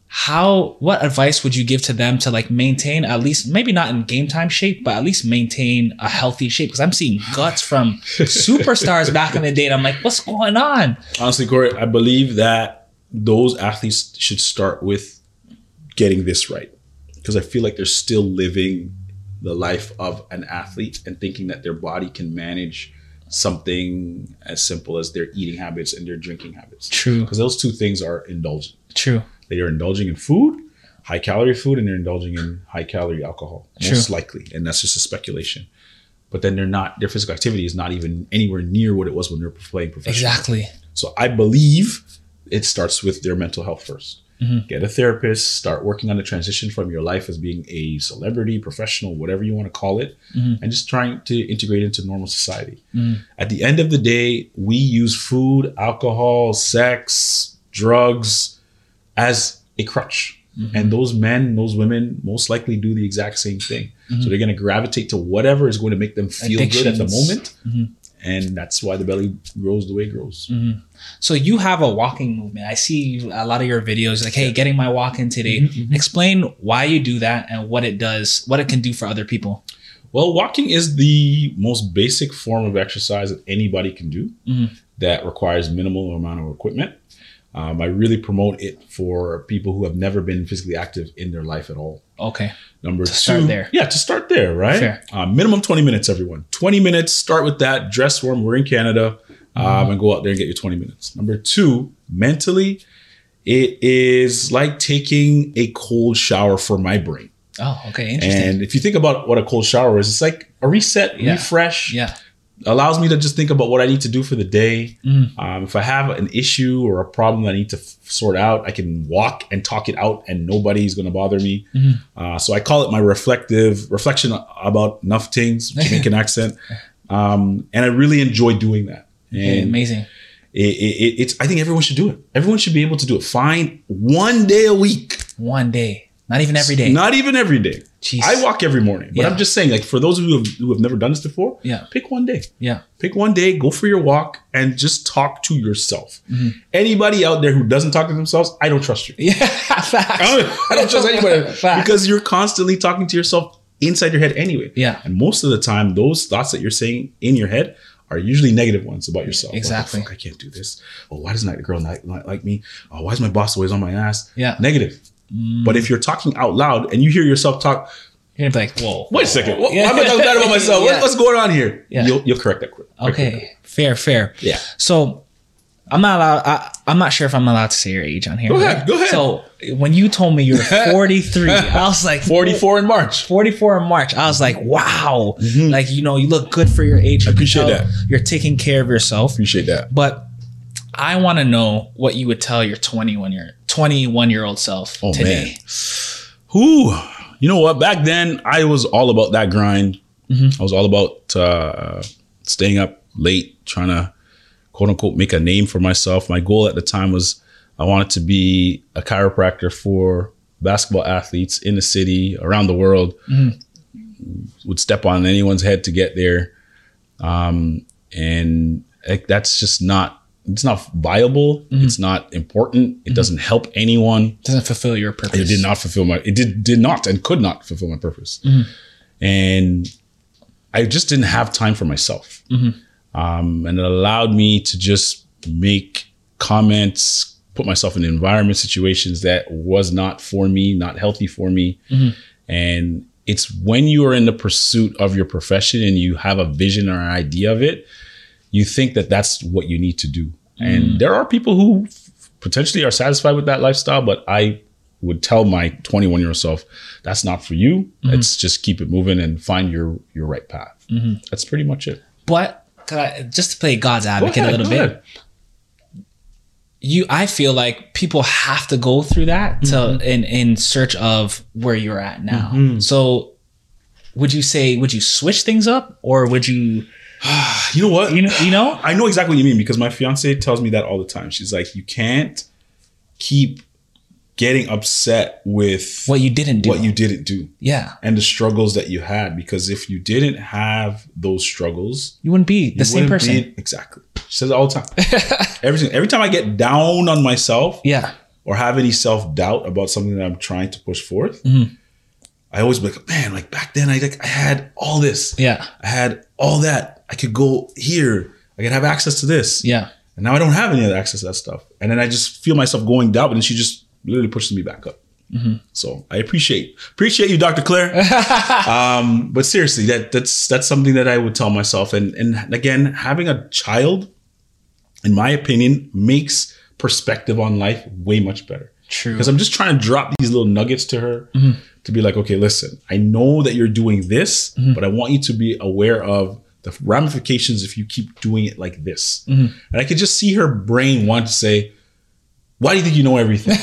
Speaker 2: How, what advice would you give to them to like maintain at least, maybe not in game time shape, but at least maintain a healthy shape? Because I'm seeing guts from superstars back in the day, and I'm like, what's going on?
Speaker 3: Honestly, Corey, I believe that those athletes should start with getting this right because I feel like they're still living the life of an athlete and thinking that their body can manage something as simple as their eating habits and their drinking habits.
Speaker 2: True.
Speaker 3: Because those two things are indulgent.
Speaker 2: True.
Speaker 3: they are indulging in food, high calorie food, and they're indulging in high calorie alcohol, most likely. And that's just a speculation. But then they're not, their physical activity is not even anywhere near what it was when they were playing professionally.
Speaker 2: Exactly.
Speaker 3: So I believe it starts with their mental health 1st Get a therapist, start working on the transition from your life as being a celebrity, professional, whatever you want to call it, and just trying to integrate into normal society. At the end of the day, we use food, alcohol, sex, drugs as a crutch. And those men, those women most likely do the exact same thing. So they're going to gravitate to whatever is going to make them feel good at the
Speaker 2: Addictions.
Speaker 3: moment. And that's why the belly grows the way it grows.
Speaker 2: So you have a walking movement. I see a lot of your videos like, hey, getting my walk in today.
Speaker 3: Mm-hmm.
Speaker 2: Explain why you do that and what it does, what it can do for other people.
Speaker 3: Well, walking is the most basic form of exercise that anybody can do
Speaker 2: Mm-hmm.
Speaker 3: that requires minimal amount of equipment. Um, I really promote it for people who have never been physically active in their life at all.
Speaker 2: Okay.
Speaker 3: Number two,
Speaker 2: start there.
Speaker 3: yeah, to start there, right?
Speaker 2: Fair.
Speaker 3: Uh, minimum twenty minutes, everyone. Twenty minutes. Start with that. Dress warm. We're in Canada,
Speaker 2: Mm-hmm.
Speaker 3: um, and go out there and get your twenty minutes. Number two, mentally, it is like taking a cold shower for my brain.
Speaker 2: Oh, okay. Interesting.
Speaker 3: And if you think about what a cold shower is, it's like a reset,
Speaker 2: Yeah.
Speaker 3: refresh.
Speaker 2: yeah.
Speaker 3: Allows me to just think about what I need to do for the day.
Speaker 2: Mm-hmm.
Speaker 3: Um, if I have an issue or a problem that I need to f- sort out, I can walk and talk it out, and nobody's going to bother me.
Speaker 2: Mm-hmm.
Speaker 3: Uh, so I call it my reflective reflection about enough things, Jamaican accent. Um, and I really enjoy doing that.
Speaker 2: Okay,
Speaker 3: And
Speaker 2: amazing.
Speaker 3: it, it, it- it's, I think everyone should do it. Everyone should be able to do it. Find one day a week.
Speaker 2: One day. Not even every day.
Speaker 3: Not even every day.
Speaker 2: Jeez.
Speaker 3: I walk every morning, but
Speaker 2: Yeah.
Speaker 3: I'm just saying, like for those of you who have, who have never done this before,
Speaker 2: Yeah.
Speaker 3: pick one day.
Speaker 2: yeah.
Speaker 3: Pick one day, go for your walk, and just talk to yourself. Anybody out there who doesn't talk to themselves, I don't trust you.
Speaker 2: Yeah. Facts.
Speaker 3: I don't, I don't trust anybody
Speaker 2: Facts.
Speaker 3: because you're constantly talking to yourself inside your head anyway.
Speaker 2: Yeah.
Speaker 3: and most of the time, those thoughts that you're saying in your head are usually negative ones about yourself. Like,
Speaker 2: Exactly.
Speaker 3: "Oh, fuck, I can't do this. Oh, why doesn't that girl not, not like me? Oh, why is my boss always on my ass?
Speaker 2: Yeah.
Speaker 3: negative. But if you're talking out loud and you hear yourself talk,
Speaker 2: You're gonna be like, whoa.
Speaker 3: wait a second. What,
Speaker 2: Yeah.
Speaker 3: Why am I talking bad about myself? What-
Speaker 2: Yeah.
Speaker 3: what's going on here?
Speaker 2: Yeah.
Speaker 3: You'll, you'll correct that quick.
Speaker 2: Okay. Fair, fair.
Speaker 3: Yeah.
Speaker 2: So I'm not allowed. I, I'm not sure if I'm allowed to say your age on here. Go
Speaker 3: ahead, go ahead.
Speaker 2: So when you told me you were 43, I was like,
Speaker 3: 44 in March.
Speaker 2: 44 in March. I was like, wow. Like, you know, you look good for your age. I
Speaker 3: Mm-hmm. appreciate that.
Speaker 2: You're taking care of yourself.
Speaker 3: Appreciate that.
Speaker 2: But I want to know what you would tell your 21 year 21 year old self
Speaker 3: Oh,
Speaker 2: today.
Speaker 3: Who? you know what? Back then, I was all about that grind. I was all about uh, staying up late, trying to quote unquote make a name for myself. My goal at the time was I wanted to be a chiropractor for basketball athletes in the city, around the world. Would step on anyone's head to get there, um, and like, that's just not. It's not viable. It's not important. It doesn't help anyone
Speaker 2: doesn't fulfill your purpose.
Speaker 3: it did not fulfill my it did did not and could not fulfill my purpose and i just didn't have time for myself um, and it allowed me to just make comments put myself in environment situations that was not for me not healthy for me and it's when you are in the pursuit of your profession and you have a vision or an idea of it you think that that's what you need to do and there are people who potentially are satisfied with that lifestyle but i would tell my 21 year old self that's not for you
Speaker 2: Mm-hmm.
Speaker 3: let's just keep it moving and find your your right path
Speaker 2: Mm-hmm.
Speaker 3: that's pretty much it
Speaker 2: But could I, just to play God's
Speaker 3: Go
Speaker 2: advocate
Speaker 3: ahead,
Speaker 2: a little
Speaker 3: go
Speaker 2: bit,
Speaker 3: ahead.
Speaker 2: you I feel like people have to go through that to
Speaker 3: Mm-hmm.
Speaker 2: in in search of where you're at now. So would you say would you switch things up or would you
Speaker 3: you know what
Speaker 2: you know you know
Speaker 3: I know exactly what you mean because my fiance tells me that all the time. She's like, you can't keep getting upset with
Speaker 2: what you didn't do?
Speaker 3: what you didn't do
Speaker 2: yeah,
Speaker 3: and the struggles that you had because if you didn't have those struggles,
Speaker 2: you wouldn't be the
Speaker 3: you
Speaker 2: same
Speaker 3: wouldn't
Speaker 2: person.
Speaker 3: be- exactly. She says it all the time. every, every time I get down on myself
Speaker 2: yeah,
Speaker 3: or have any self doubt about something that I'm trying to push forth, I always be like, man, like back then I like I had all this.
Speaker 2: yeah,
Speaker 3: I had all that. I could go here. I could have access to this.
Speaker 2: yeah.
Speaker 3: And now I don't have any other access to that stuff. And then I just feel myself going down, and she just literally pushes me back up. So I appreciate appreciate you, Dr. Claire. um, but seriously, that that's that's something that I would tell myself. And and again, having a child, in my opinion, makes perspective on life way much better.
Speaker 2: True.
Speaker 3: Because I'm just trying to drop these little nuggets to her
Speaker 2: Mm-hmm.
Speaker 3: to be like, okay, listen, I know that you're doing this,
Speaker 2: Mm-hmm.
Speaker 3: but I want you to be aware of the ramifications if you keep doing it like this.
Speaker 2: Mm-hmm.
Speaker 3: And I could just see her brain want to say, why do you think you know everything?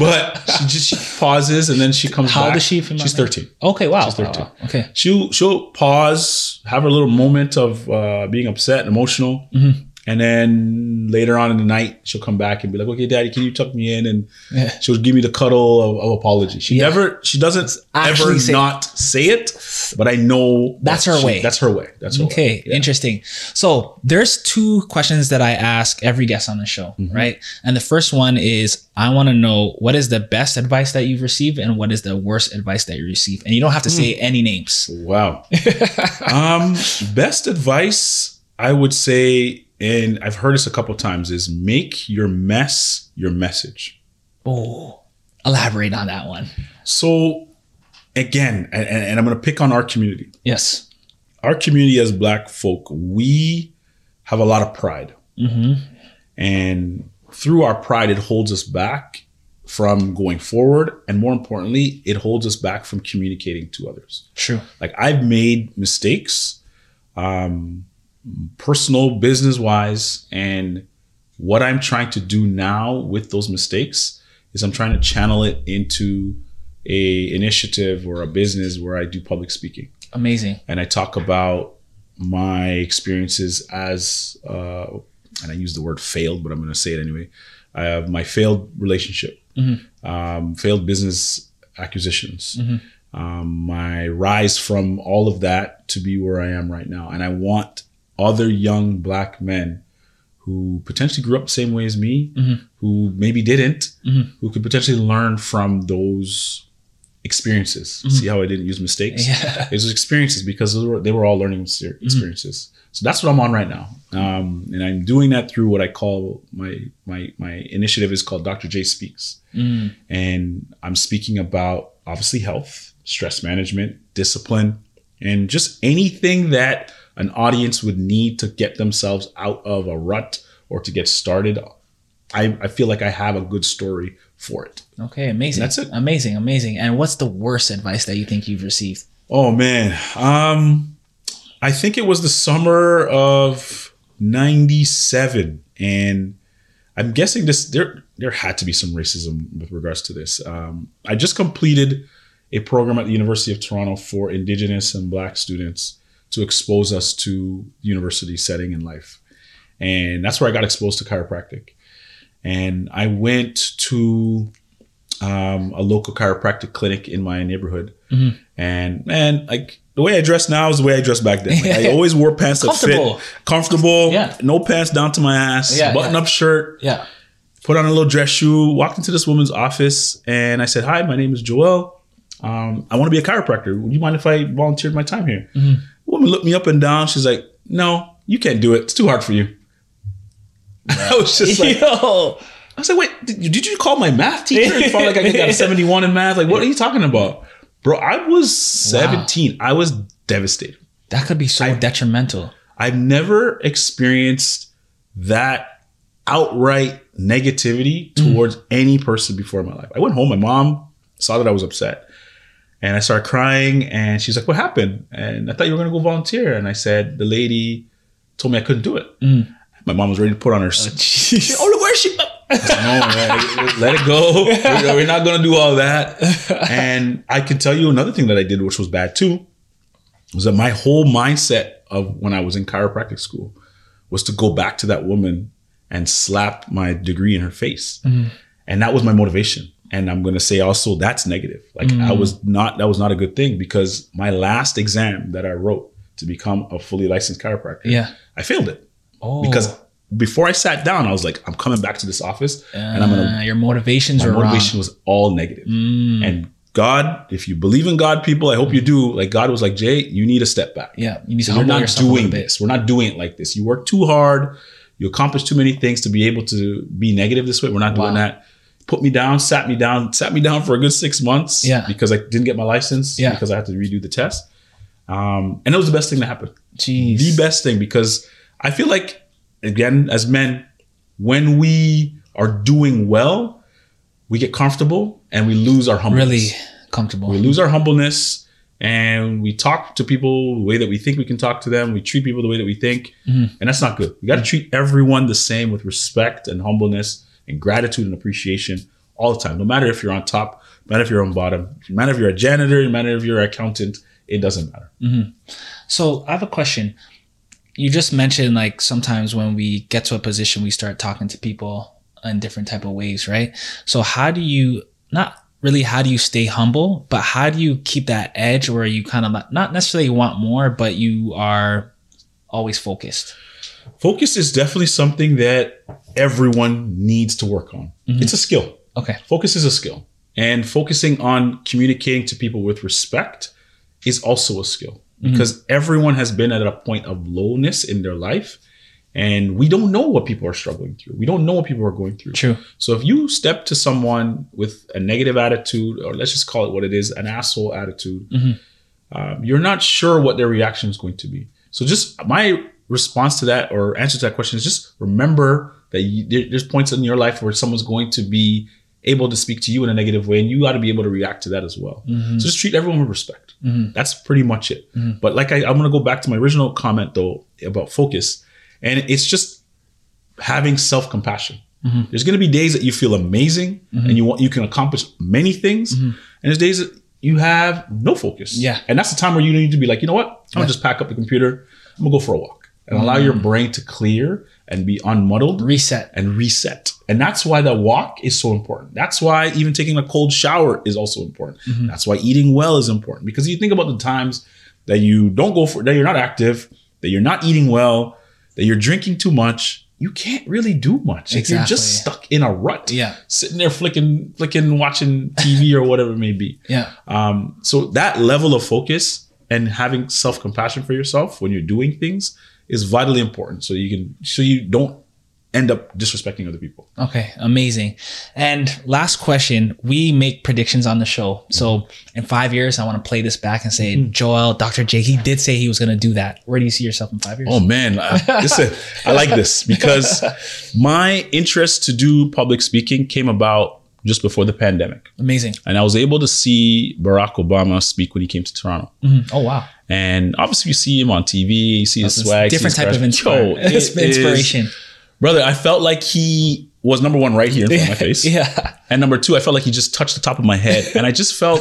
Speaker 3: but she just she pauses and then she comes
Speaker 2: How
Speaker 3: back.
Speaker 2: old is she, if you
Speaker 3: She's
Speaker 2: mind?
Speaker 3: 13.
Speaker 2: Okay, wow.
Speaker 3: She's 13.
Speaker 2: wow, wow. Okay.
Speaker 3: She'll, she'll pause, have her little moment of uh, being upset and emotional.
Speaker 2: Mm-hmm.
Speaker 3: And then later on in the night, she'll come back and be like, okay, daddy, can you tuck me in? And
Speaker 2: Yeah.
Speaker 3: she'll give me the cuddle of, of apology. She
Speaker 2: Yeah.
Speaker 3: never, she doesn't
Speaker 2: Actually
Speaker 3: ever
Speaker 2: say it.
Speaker 3: not say it, but I know
Speaker 2: That's
Speaker 3: that
Speaker 2: her
Speaker 3: she-
Speaker 2: way.
Speaker 3: That's her way. That's her way.
Speaker 2: Okay,
Speaker 3: Yeah.
Speaker 2: interesting. So there's two questions that I ask every guest on the show,
Speaker 3: Mm-hmm.
Speaker 2: right? And the first one is I want to know what is the best advice that you've received and what is the worst advice that you received. And you don't have to
Speaker 3: Hmm.
Speaker 2: say any names.
Speaker 3: Wow. um, best advice I would say, and I've heard this a couple times, is make your mess your message.
Speaker 2: Oh, elaborate on that one.
Speaker 3: So, again, and, and and I'm going to pick on our community.
Speaker 2: Yes.
Speaker 3: Our community as Black folk, we have a lot of pride,
Speaker 2: Mm-hmm.
Speaker 3: and through our pride, it holds us back from going forward, and more importantly, it holds us back from communicating to others.
Speaker 2: True.
Speaker 3: Like I've made mistakes, um, personal, business wise, and what I'm trying to do now with those mistakes is I'm trying to channel it into a initiative or a business where I do public speaking
Speaker 2: Amazing.
Speaker 3: and I talk about my experiences as, uh, and I use the word failed, but I'm going to say it anyway. I have my failed relationship, um, failed business acquisitions, um, my rise from all of that to be where I am right now. And I want other young black men who potentially grew up the same way as me, who maybe didn't, who could potentially learn from those experiences. See how I didn't use mistakes?
Speaker 2: Yeah.
Speaker 3: It was experiences because those were, they were all learning ser- experiences. So that's what I'm on right now, um, and I'm doing that through what I call my my my initiative is called Dr. J Speaks,
Speaker 2: Mm.
Speaker 3: and I'm speaking about obviously health, stress management, discipline, and just anything that an audience would need to get themselves out of a rut or to get started. I, I feel like I have a good story for it.
Speaker 2: Okay, amazing.
Speaker 3: That's it.
Speaker 2: Amazing, amazing. And what's the worst advice that you think you've received?
Speaker 3: Oh man, um, I think it was the summer of '97, and I'm guessing this there there had to be some racism with regards to this. Um, I just completed a program at the University of Toronto for Indigenous and Black students to expose us to university setting in life. And that's where I got exposed to chiropractic. And I went to um, a local chiropractic clinic in my neighborhood.
Speaker 2: Mhm.
Speaker 3: And man, like the way I dress now is the way I dressed back then. Like, I always wore pants that fit,
Speaker 2: Comfortable.
Speaker 3: comfortable,
Speaker 2: Yeah.
Speaker 3: no pants down to my ass,
Speaker 2: Yeah,
Speaker 3: button up shirt,
Speaker 2: Yeah.
Speaker 3: put on a little dress shoe, walked into this woman's office, and I said, "Hi, my name is Joelle. Um, I want to be a chiropractor. Would you mind if I volunteered my time here?"
Speaker 2: Mm-hmm.
Speaker 3: The woman looked me up and down. She's like, "No, you can't do it. It's too hard for you." I was just like,
Speaker 2: Yo.
Speaker 3: I was like, "Wait, did, did you call my math teacher and found like I got a seventy-one in math? Like, what are you talking about, bro? I was seventeen. I was devastated.
Speaker 2: That could be so detrimental.
Speaker 3: I've never experienced that outright negativity towards any person before in my life. I went home, my mom saw that I was upset. And I started crying and she's like, What happened? And I thought you were gonna go volunteer. And I said, The lady told me I couldn't do it. My mom was ready to put on her
Speaker 2: Jeez.
Speaker 3: Oh, look where she. I said, no, man, let it go. We're, we're not gonna do all that. And I can tell you another thing that I did, which was bad too, was that my whole mindset of when I was in chiropractic school was to go back to that woman and slap my degree in her face,
Speaker 2: Mm-hmm.
Speaker 3: and that was my motivation. And I'm gonna say also that's negative. Like I
Speaker 2: Mm-hmm.
Speaker 3: was not that was not a good thing because my last exam that I wrote to become a fully licensed chiropractor,
Speaker 2: Yeah.
Speaker 3: I failed it
Speaker 2: Oh.
Speaker 3: because before I sat down, I was like, I'm coming back to this office and I'm gonna.
Speaker 2: Uh, your motivations
Speaker 3: My
Speaker 2: were
Speaker 3: motivation was all negative.
Speaker 2: Mm.
Speaker 3: And God, if you believe in God, people, I hope you do. Like God was like, Jay, you need a step back.
Speaker 2: wrong. Yeah. You need to
Speaker 3: You're
Speaker 2: humble
Speaker 3: not
Speaker 2: yourself a little
Speaker 3: doing
Speaker 2: bit.
Speaker 3: this. We're not doing it like this. You work too hard. You accomplish too many things to be able to be negative this way. We're not
Speaker 2: Wow.
Speaker 3: doing that. Put me down, sat me down, sat me down for a good six months.
Speaker 2: Yeah.
Speaker 3: Because I didn't get my license.
Speaker 2: Yeah.
Speaker 3: Because I had to redo the test. Um, and it was the best thing that happened
Speaker 2: Jeez.
Speaker 3: the best thing because I feel like again as men, when we are doing well, we get comfortable and we lose our
Speaker 2: Really
Speaker 3: humbleness.
Speaker 2: comfortable.
Speaker 3: we lose our humbleness and we talk to people the way that we think we can talk to them. We treat people the way that we think, and that's not good. We got to treat everyone the same with respect and humbleness and gratitude and appreciation all the time. No matter if you're on top, no matter if you're on bottom, no matter if you're a janitor, no matter if you're an accountant, it doesn't matter.
Speaker 2: So I have a question. You just mentioned like sometimes when we get to a position, we start talking to people in different type of ways, right? So how do you not really how do you stay humble, but how do you keep that edge where you kind of not, not necessarily want more, but you are always focused?
Speaker 3: focus is definitely something that everyone needs to work on. It's a skill.
Speaker 2: Okay.
Speaker 3: Focus is a skill. And focusing on communicating to people with respect is also a skill because everyone has been at a point of lowness in their life. And we don't know what people are struggling through. We don't know what people are going through.
Speaker 2: True.
Speaker 3: So if you step to someone with a negative attitude, or let's just call it what it is, an asshole attitude, um, you're not sure what their reaction is going to be. So just my response to that or answer to that question is just remember that you, there- there's points in your life where someone's going to be able to speak to you in a negative way, and you got to be able to react to that as well.
Speaker 2: Mm-hmm.
Speaker 3: So just treat everyone with respect. That's pretty much it. But like I, I'm going to go back to my original comment though about focus, and it's just having self compassion. There's going to be days that you feel amazing and you want you can accomplish many things, and there's days that you have no focus.
Speaker 2: Yeah.
Speaker 3: and that's the time where you need to be like, you know what? I'm gonna just pack up the computer. I'm gonna go for a walk and allow your brain to clear and be unmuddled
Speaker 2: Reset.
Speaker 3: and reset. And that's why the walk is so important. That's why even taking a cold shower is also important.
Speaker 2: Mm-hmm.
Speaker 3: That's why eating well is important because you think about the times that you don't go for that you're not active, that you're not eating well, that you're drinking too much. You can't really do much. Like, You're
Speaker 2: Exactly.
Speaker 3: just stuck in a rut.
Speaker 2: Yeah.
Speaker 3: Sitting there flicking, flicking, watching TV or whatever it may be.
Speaker 2: Yeah.
Speaker 3: Um, so that level of focus and having self compassion for yourself when you're doing things is vitally important. So you can so you don't end up disrespecting other people.
Speaker 2: Okay, amazing. And last question, we make predictions on the show. So in five years, I want to play this back and say,
Speaker 3: Mm.
Speaker 2: Joel, Dr. J, he did say he was going to do that. Where do you see yourself in five years?
Speaker 3: Oh man, I, this is- I like this because my interest to do public speaking came about just before the pandemic,
Speaker 2: Amazing.
Speaker 3: and I was able to see Barack Obama speak when he came to Toronto.
Speaker 2: Mhm. Oh, wow.
Speaker 3: And obviously, you see him on TV, you see his
Speaker 2: It's
Speaker 3: swag, see
Speaker 2: different
Speaker 3: his
Speaker 2: type of
Speaker 3: charisma.
Speaker 2: inspire-
Speaker 3: Yo, it
Speaker 2: it's
Speaker 3: is-
Speaker 2: inspiration.
Speaker 3: brother. I felt like he was number one right here in front of my face.
Speaker 2: Yeah.
Speaker 3: And number two, I felt like he just touched the top of my head. And I just felt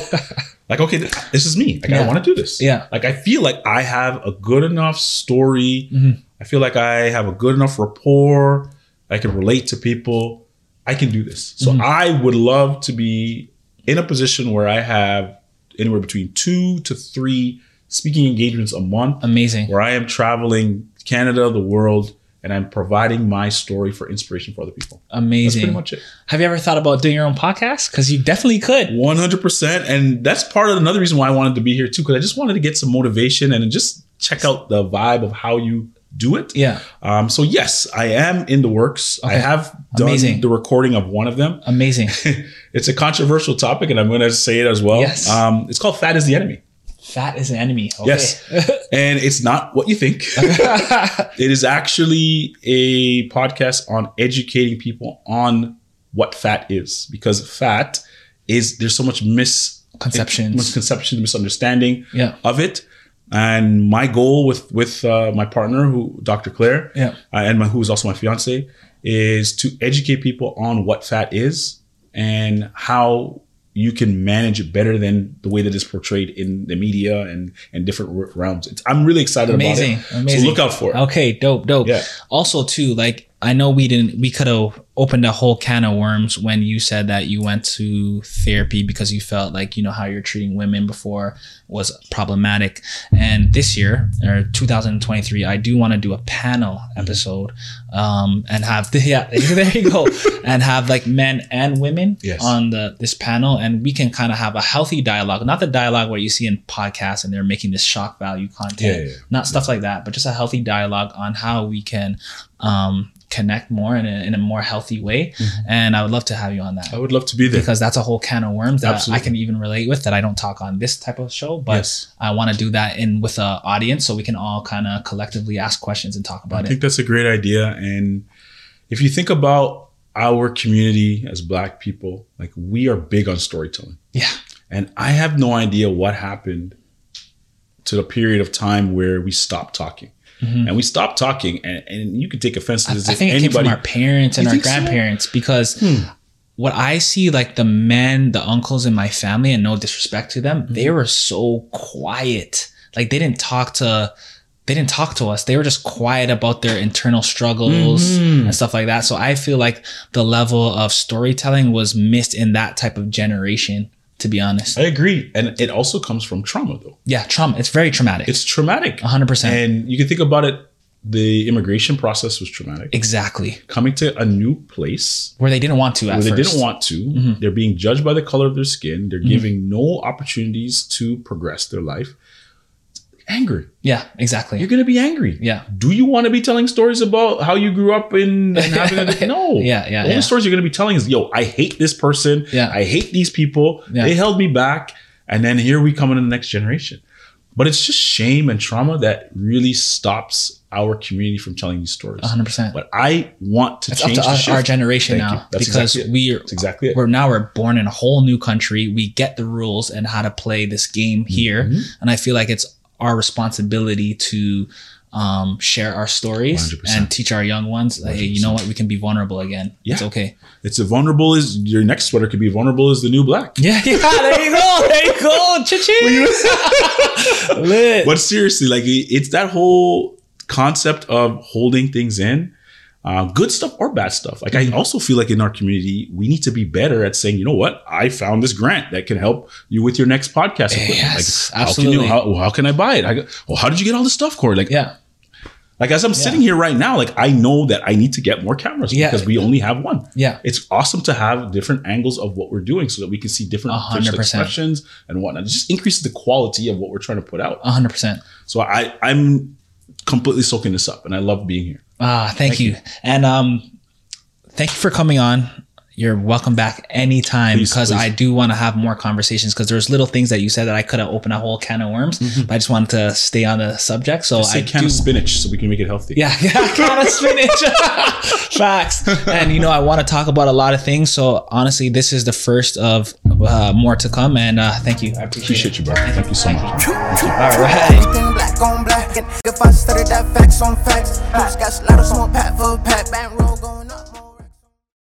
Speaker 3: Like, okay, th- this is me. Like,
Speaker 2: Yeah.
Speaker 3: I want to do this.
Speaker 2: Yeah.
Speaker 3: Like, I feel like I have a good enough story.
Speaker 2: Mm-hmm.
Speaker 3: I feel like I have a good enough rapport. I can relate to people. I can do this. So
Speaker 2: Mm-hmm.
Speaker 3: I would love to be in a position where I have anywhere between two to three speaking engagements a month
Speaker 2: Amazing.
Speaker 3: where I am traveling Canada, the world, and I'm providing my story for inspiration for other people. That's pretty
Speaker 2: Amazing.
Speaker 3: much it.
Speaker 2: Have you ever thought about doing your own podcast? Because you definitely could.
Speaker 3: 100%. And that's part of another reason why I wanted to be here too, because I just wanted to get some motivation and just check out the vibe of how you do it.
Speaker 2: Yeah.
Speaker 3: Um, so, yes, I am in the works. I
Speaker 2: Okay.
Speaker 3: have done
Speaker 2: Amazing.
Speaker 3: the recording of one of them.
Speaker 2: Amazing.
Speaker 3: It's a controversial topic, and I'm going to say it as well.
Speaker 2: Yes.
Speaker 3: Um, it's called Fat is the Enemy.
Speaker 2: Fat is an enemy. Okay.
Speaker 3: Yes. and it's not what you think. it is actually a podcast on educating people on what fat is because fat is there's so much mis
Speaker 2: Conceptions.
Speaker 3: misconception, misunderstanding
Speaker 2: Yeah.
Speaker 3: of it. And my goal with with uh, my partner, who Dr. Claire,
Speaker 2: Yeah.
Speaker 3: uh, and my, who is also my fiance, is to educate people on what fat is and how you can manage it better than the way that it's portrayed in the media and and different re- realms. It's, I'm really excited
Speaker 2: Amazing,
Speaker 3: about it.
Speaker 2: amazing.
Speaker 3: So look out for it.
Speaker 2: Okay, dope, dope.
Speaker 3: Yeah.
Speaker 2: Also, too, like I know we didn't, we could have opened a whole can of worms when you said that you went to therapy because you felt like you know how you're treating women before was problematic. And this year or 2023, I do want to do a panel episode, um, and have the, yeah, there you go, and have like men and women
Speaker 3: Yes.
Speaker 2: on the this panel, and we can kind of have a healthy dialogue, not the dialogue where you see in podcasts and they're making this shock value content
Speaker 3: Yeah, yeah, yeah.
Speaker 2: not stuff like that, but just a healthy dialogue on how we can um, connect more in a, in a more healthy way.
Speaker 3: Mm-hmm.
Speaker 2: And I would love to have you on that
Speaker 3: I would love to be there.
Speaker 2: because that's a whole can of worms that I
Speaker 3: Oh, Absolutely.
Speaker 2: can even relate with that I don't talk on this type of show, but
Speaker 3: Yes.
Speaker 2: I want to do that in with a audience so we can all kind of collectively ask questions and talk
Speaker 3: I
Speaker 2: about
Speaker 3: think
Speaker 2: it.
Speaker 3: that's a great idea. And if you think about our community as Black people, like we are big on storytelling.
Speaker 2: Yeah.
Speaker 3: And I have no idea what happened to the period of time where we stopped talking.
Speaker 2: Mhm.
Speaker 3: And we stopped talking, and, and you could take offense to
Speaker 2: I,
Speaker 3: this.
Speaker 2: I
Speaker 3: if
Speaker 2: think it came from
Speaker 3: anybody-
Speaker 2: our parents and
Speaker 3: You
Speaker 2: our
Speaker 3: think so?
Speaker 2: grandparents because
Speaker 3: Hmm.
Speaker 2: what I see, like the men, the uncles in my family, and no disrespect to them,
Speaker 3: Mm-hmm.
Speaker 2: they were so quiet. Like they didn't talk to, they didn't talk to us. They were just quiet about their internal struggles
Speaker 3: Mhm.
Speaker 2: and stuff like that. So I feel like the level of storytelling was missed in that type of generation. To be honest,
Speaker 3: I agree. And it also comes from trauma, though.
Speaker 2: yeah, trauma. It's very traumatic.
Speaker 3: It's traumatic.
Speaker 2: hundred percent.
Speaker 3: And you can think about it the immigration process was traumatic.
Speaker 2: Exactly.
Speaker 3: Coming to a new place
Speaker 2: Where they didn't want to at
Speaker 3: where
Speaker 2: first. Mm-hmm.
Speaker 3: they didn't want to. They're being judged by the color of their skin. They're giving no opportunities to progress their life. Angry.
Speaker 2: Yeah, exactly.
Speaker 3: You're going to be angry.
Speaker 2: Yeah.
Speaker 3: Do you want to be telling stories about how you grew up in and having a no?
Speaker 2: Yeah, yeah,
Speaker 3: The only
Speaker 2: yeah.
Speaker 3: stories you're going to be telling is, yo, I hate this person.
Speaker 2: Yeah.
Speaker 3: I hate these people.
Speaker 2: Yeah.
Speaker 3: They held me back, and then here we come into the next generation. But it's just shame and trauma that really stops our community from telling these stories.
Speaker 2: hundred percent.
Speaker 3: But I want to
Speaker 2: It's up
Speaker 3: change
Speaker 2: to
Speaker 3: the
Speaker 2: us,
Speaker 3: shift.
Speaker 2: our generation
Speaker 3: Thank you.
Speaker 2: now
Speaker 3: That's
Speaker 2: because
Speaker 3: exactly it.
Speaker 2: we are
Speaker 3: That's exactly it.
Speaker 2: we're now we're born in a whole new country. We get the rules and how to play this
Speaker 3: Mm-hmm.
Speaker 2: game here, and I feel like it's our responsibility to um, share our stories
Speaker 3: 100%.
Speaker 2: and teach our young ones. Like, hey, you know what? We can be vulnerable again. It's
Speaker 3: Yeah.
Speaker 2: okay.
Speaker 3: It's a vulnerable is your next sweater could be vulnerable as the new black.
Speaker 2: Yeah, yeah. There you go. There you go. Cha-ching. Lit.
Speaker 3: But seriously, like it- it's that whole concept of holding things in, uh, good stuff or bad stuff. Like
Speaker 2: Mm-hmm.
Speaker 3: I also feel like in our community, we need to be better at saying, you know what, I found this grant that can help you with your next podcast. equipment.
Speaker 2: Yes,
Speaker 3: like,
Speaker 2: absolutely.
Speaker 3: How can, you, how, how can I buy it? I go, well, how did you get all this stuff, Corey? Like,
Speaker 2: Yeah,
Speaker 3: like as I'm sitting here right now, like I know that I need to get more cameras
Speaker 2: Yeah.
Speaker 3: because we only have one.
Speaker 2: yeah.
Speaker 3: It's awesome to have different angles of what we're doing so that we can see different
Speaker 2: A hundred
Speaker 3: facial
Speaker 2: percent.
Speaker 3: expressions and whatnot. It just increases the quality of what we're trying to put out.
Speaker 2: hundred percent.
Speaker 3: So I, I'm completely soaking this up and I love being here.
Speaker 2: Ah, thank, you. And um, thank you for coming on. You're welcome back anytime
Speaker 3: Please,
Speaker 2: because
Speaker 3: please.
Speaker 2: I do want to have more conversations because there's little things that you said that I could have opened a whole can of worms, but I just wanted to stay on the subject. So
Speaker 3: Mm-hmm. Say
Speaker 2: I
Speaker 3: can
Speaker 2: do.
Speaker 3: of spinach so we can make it healthy.
Speaker 2: yeah, yeah, can of spinach. Facts. And you know, I want to talk about a lot of things. So honestly, this is the first of uh, more to come. And uh, thank you. I appreciate,
Speaker 3: Appreciate
Speaker 2: it.
Speaker 3: you, bro. Thank you so much.
Speaker 2: All right.
Speaker 1: Everything black on black. And if I started that facts on facts, Pops got slaughtered, smoke pack for pack. Bang roll going up.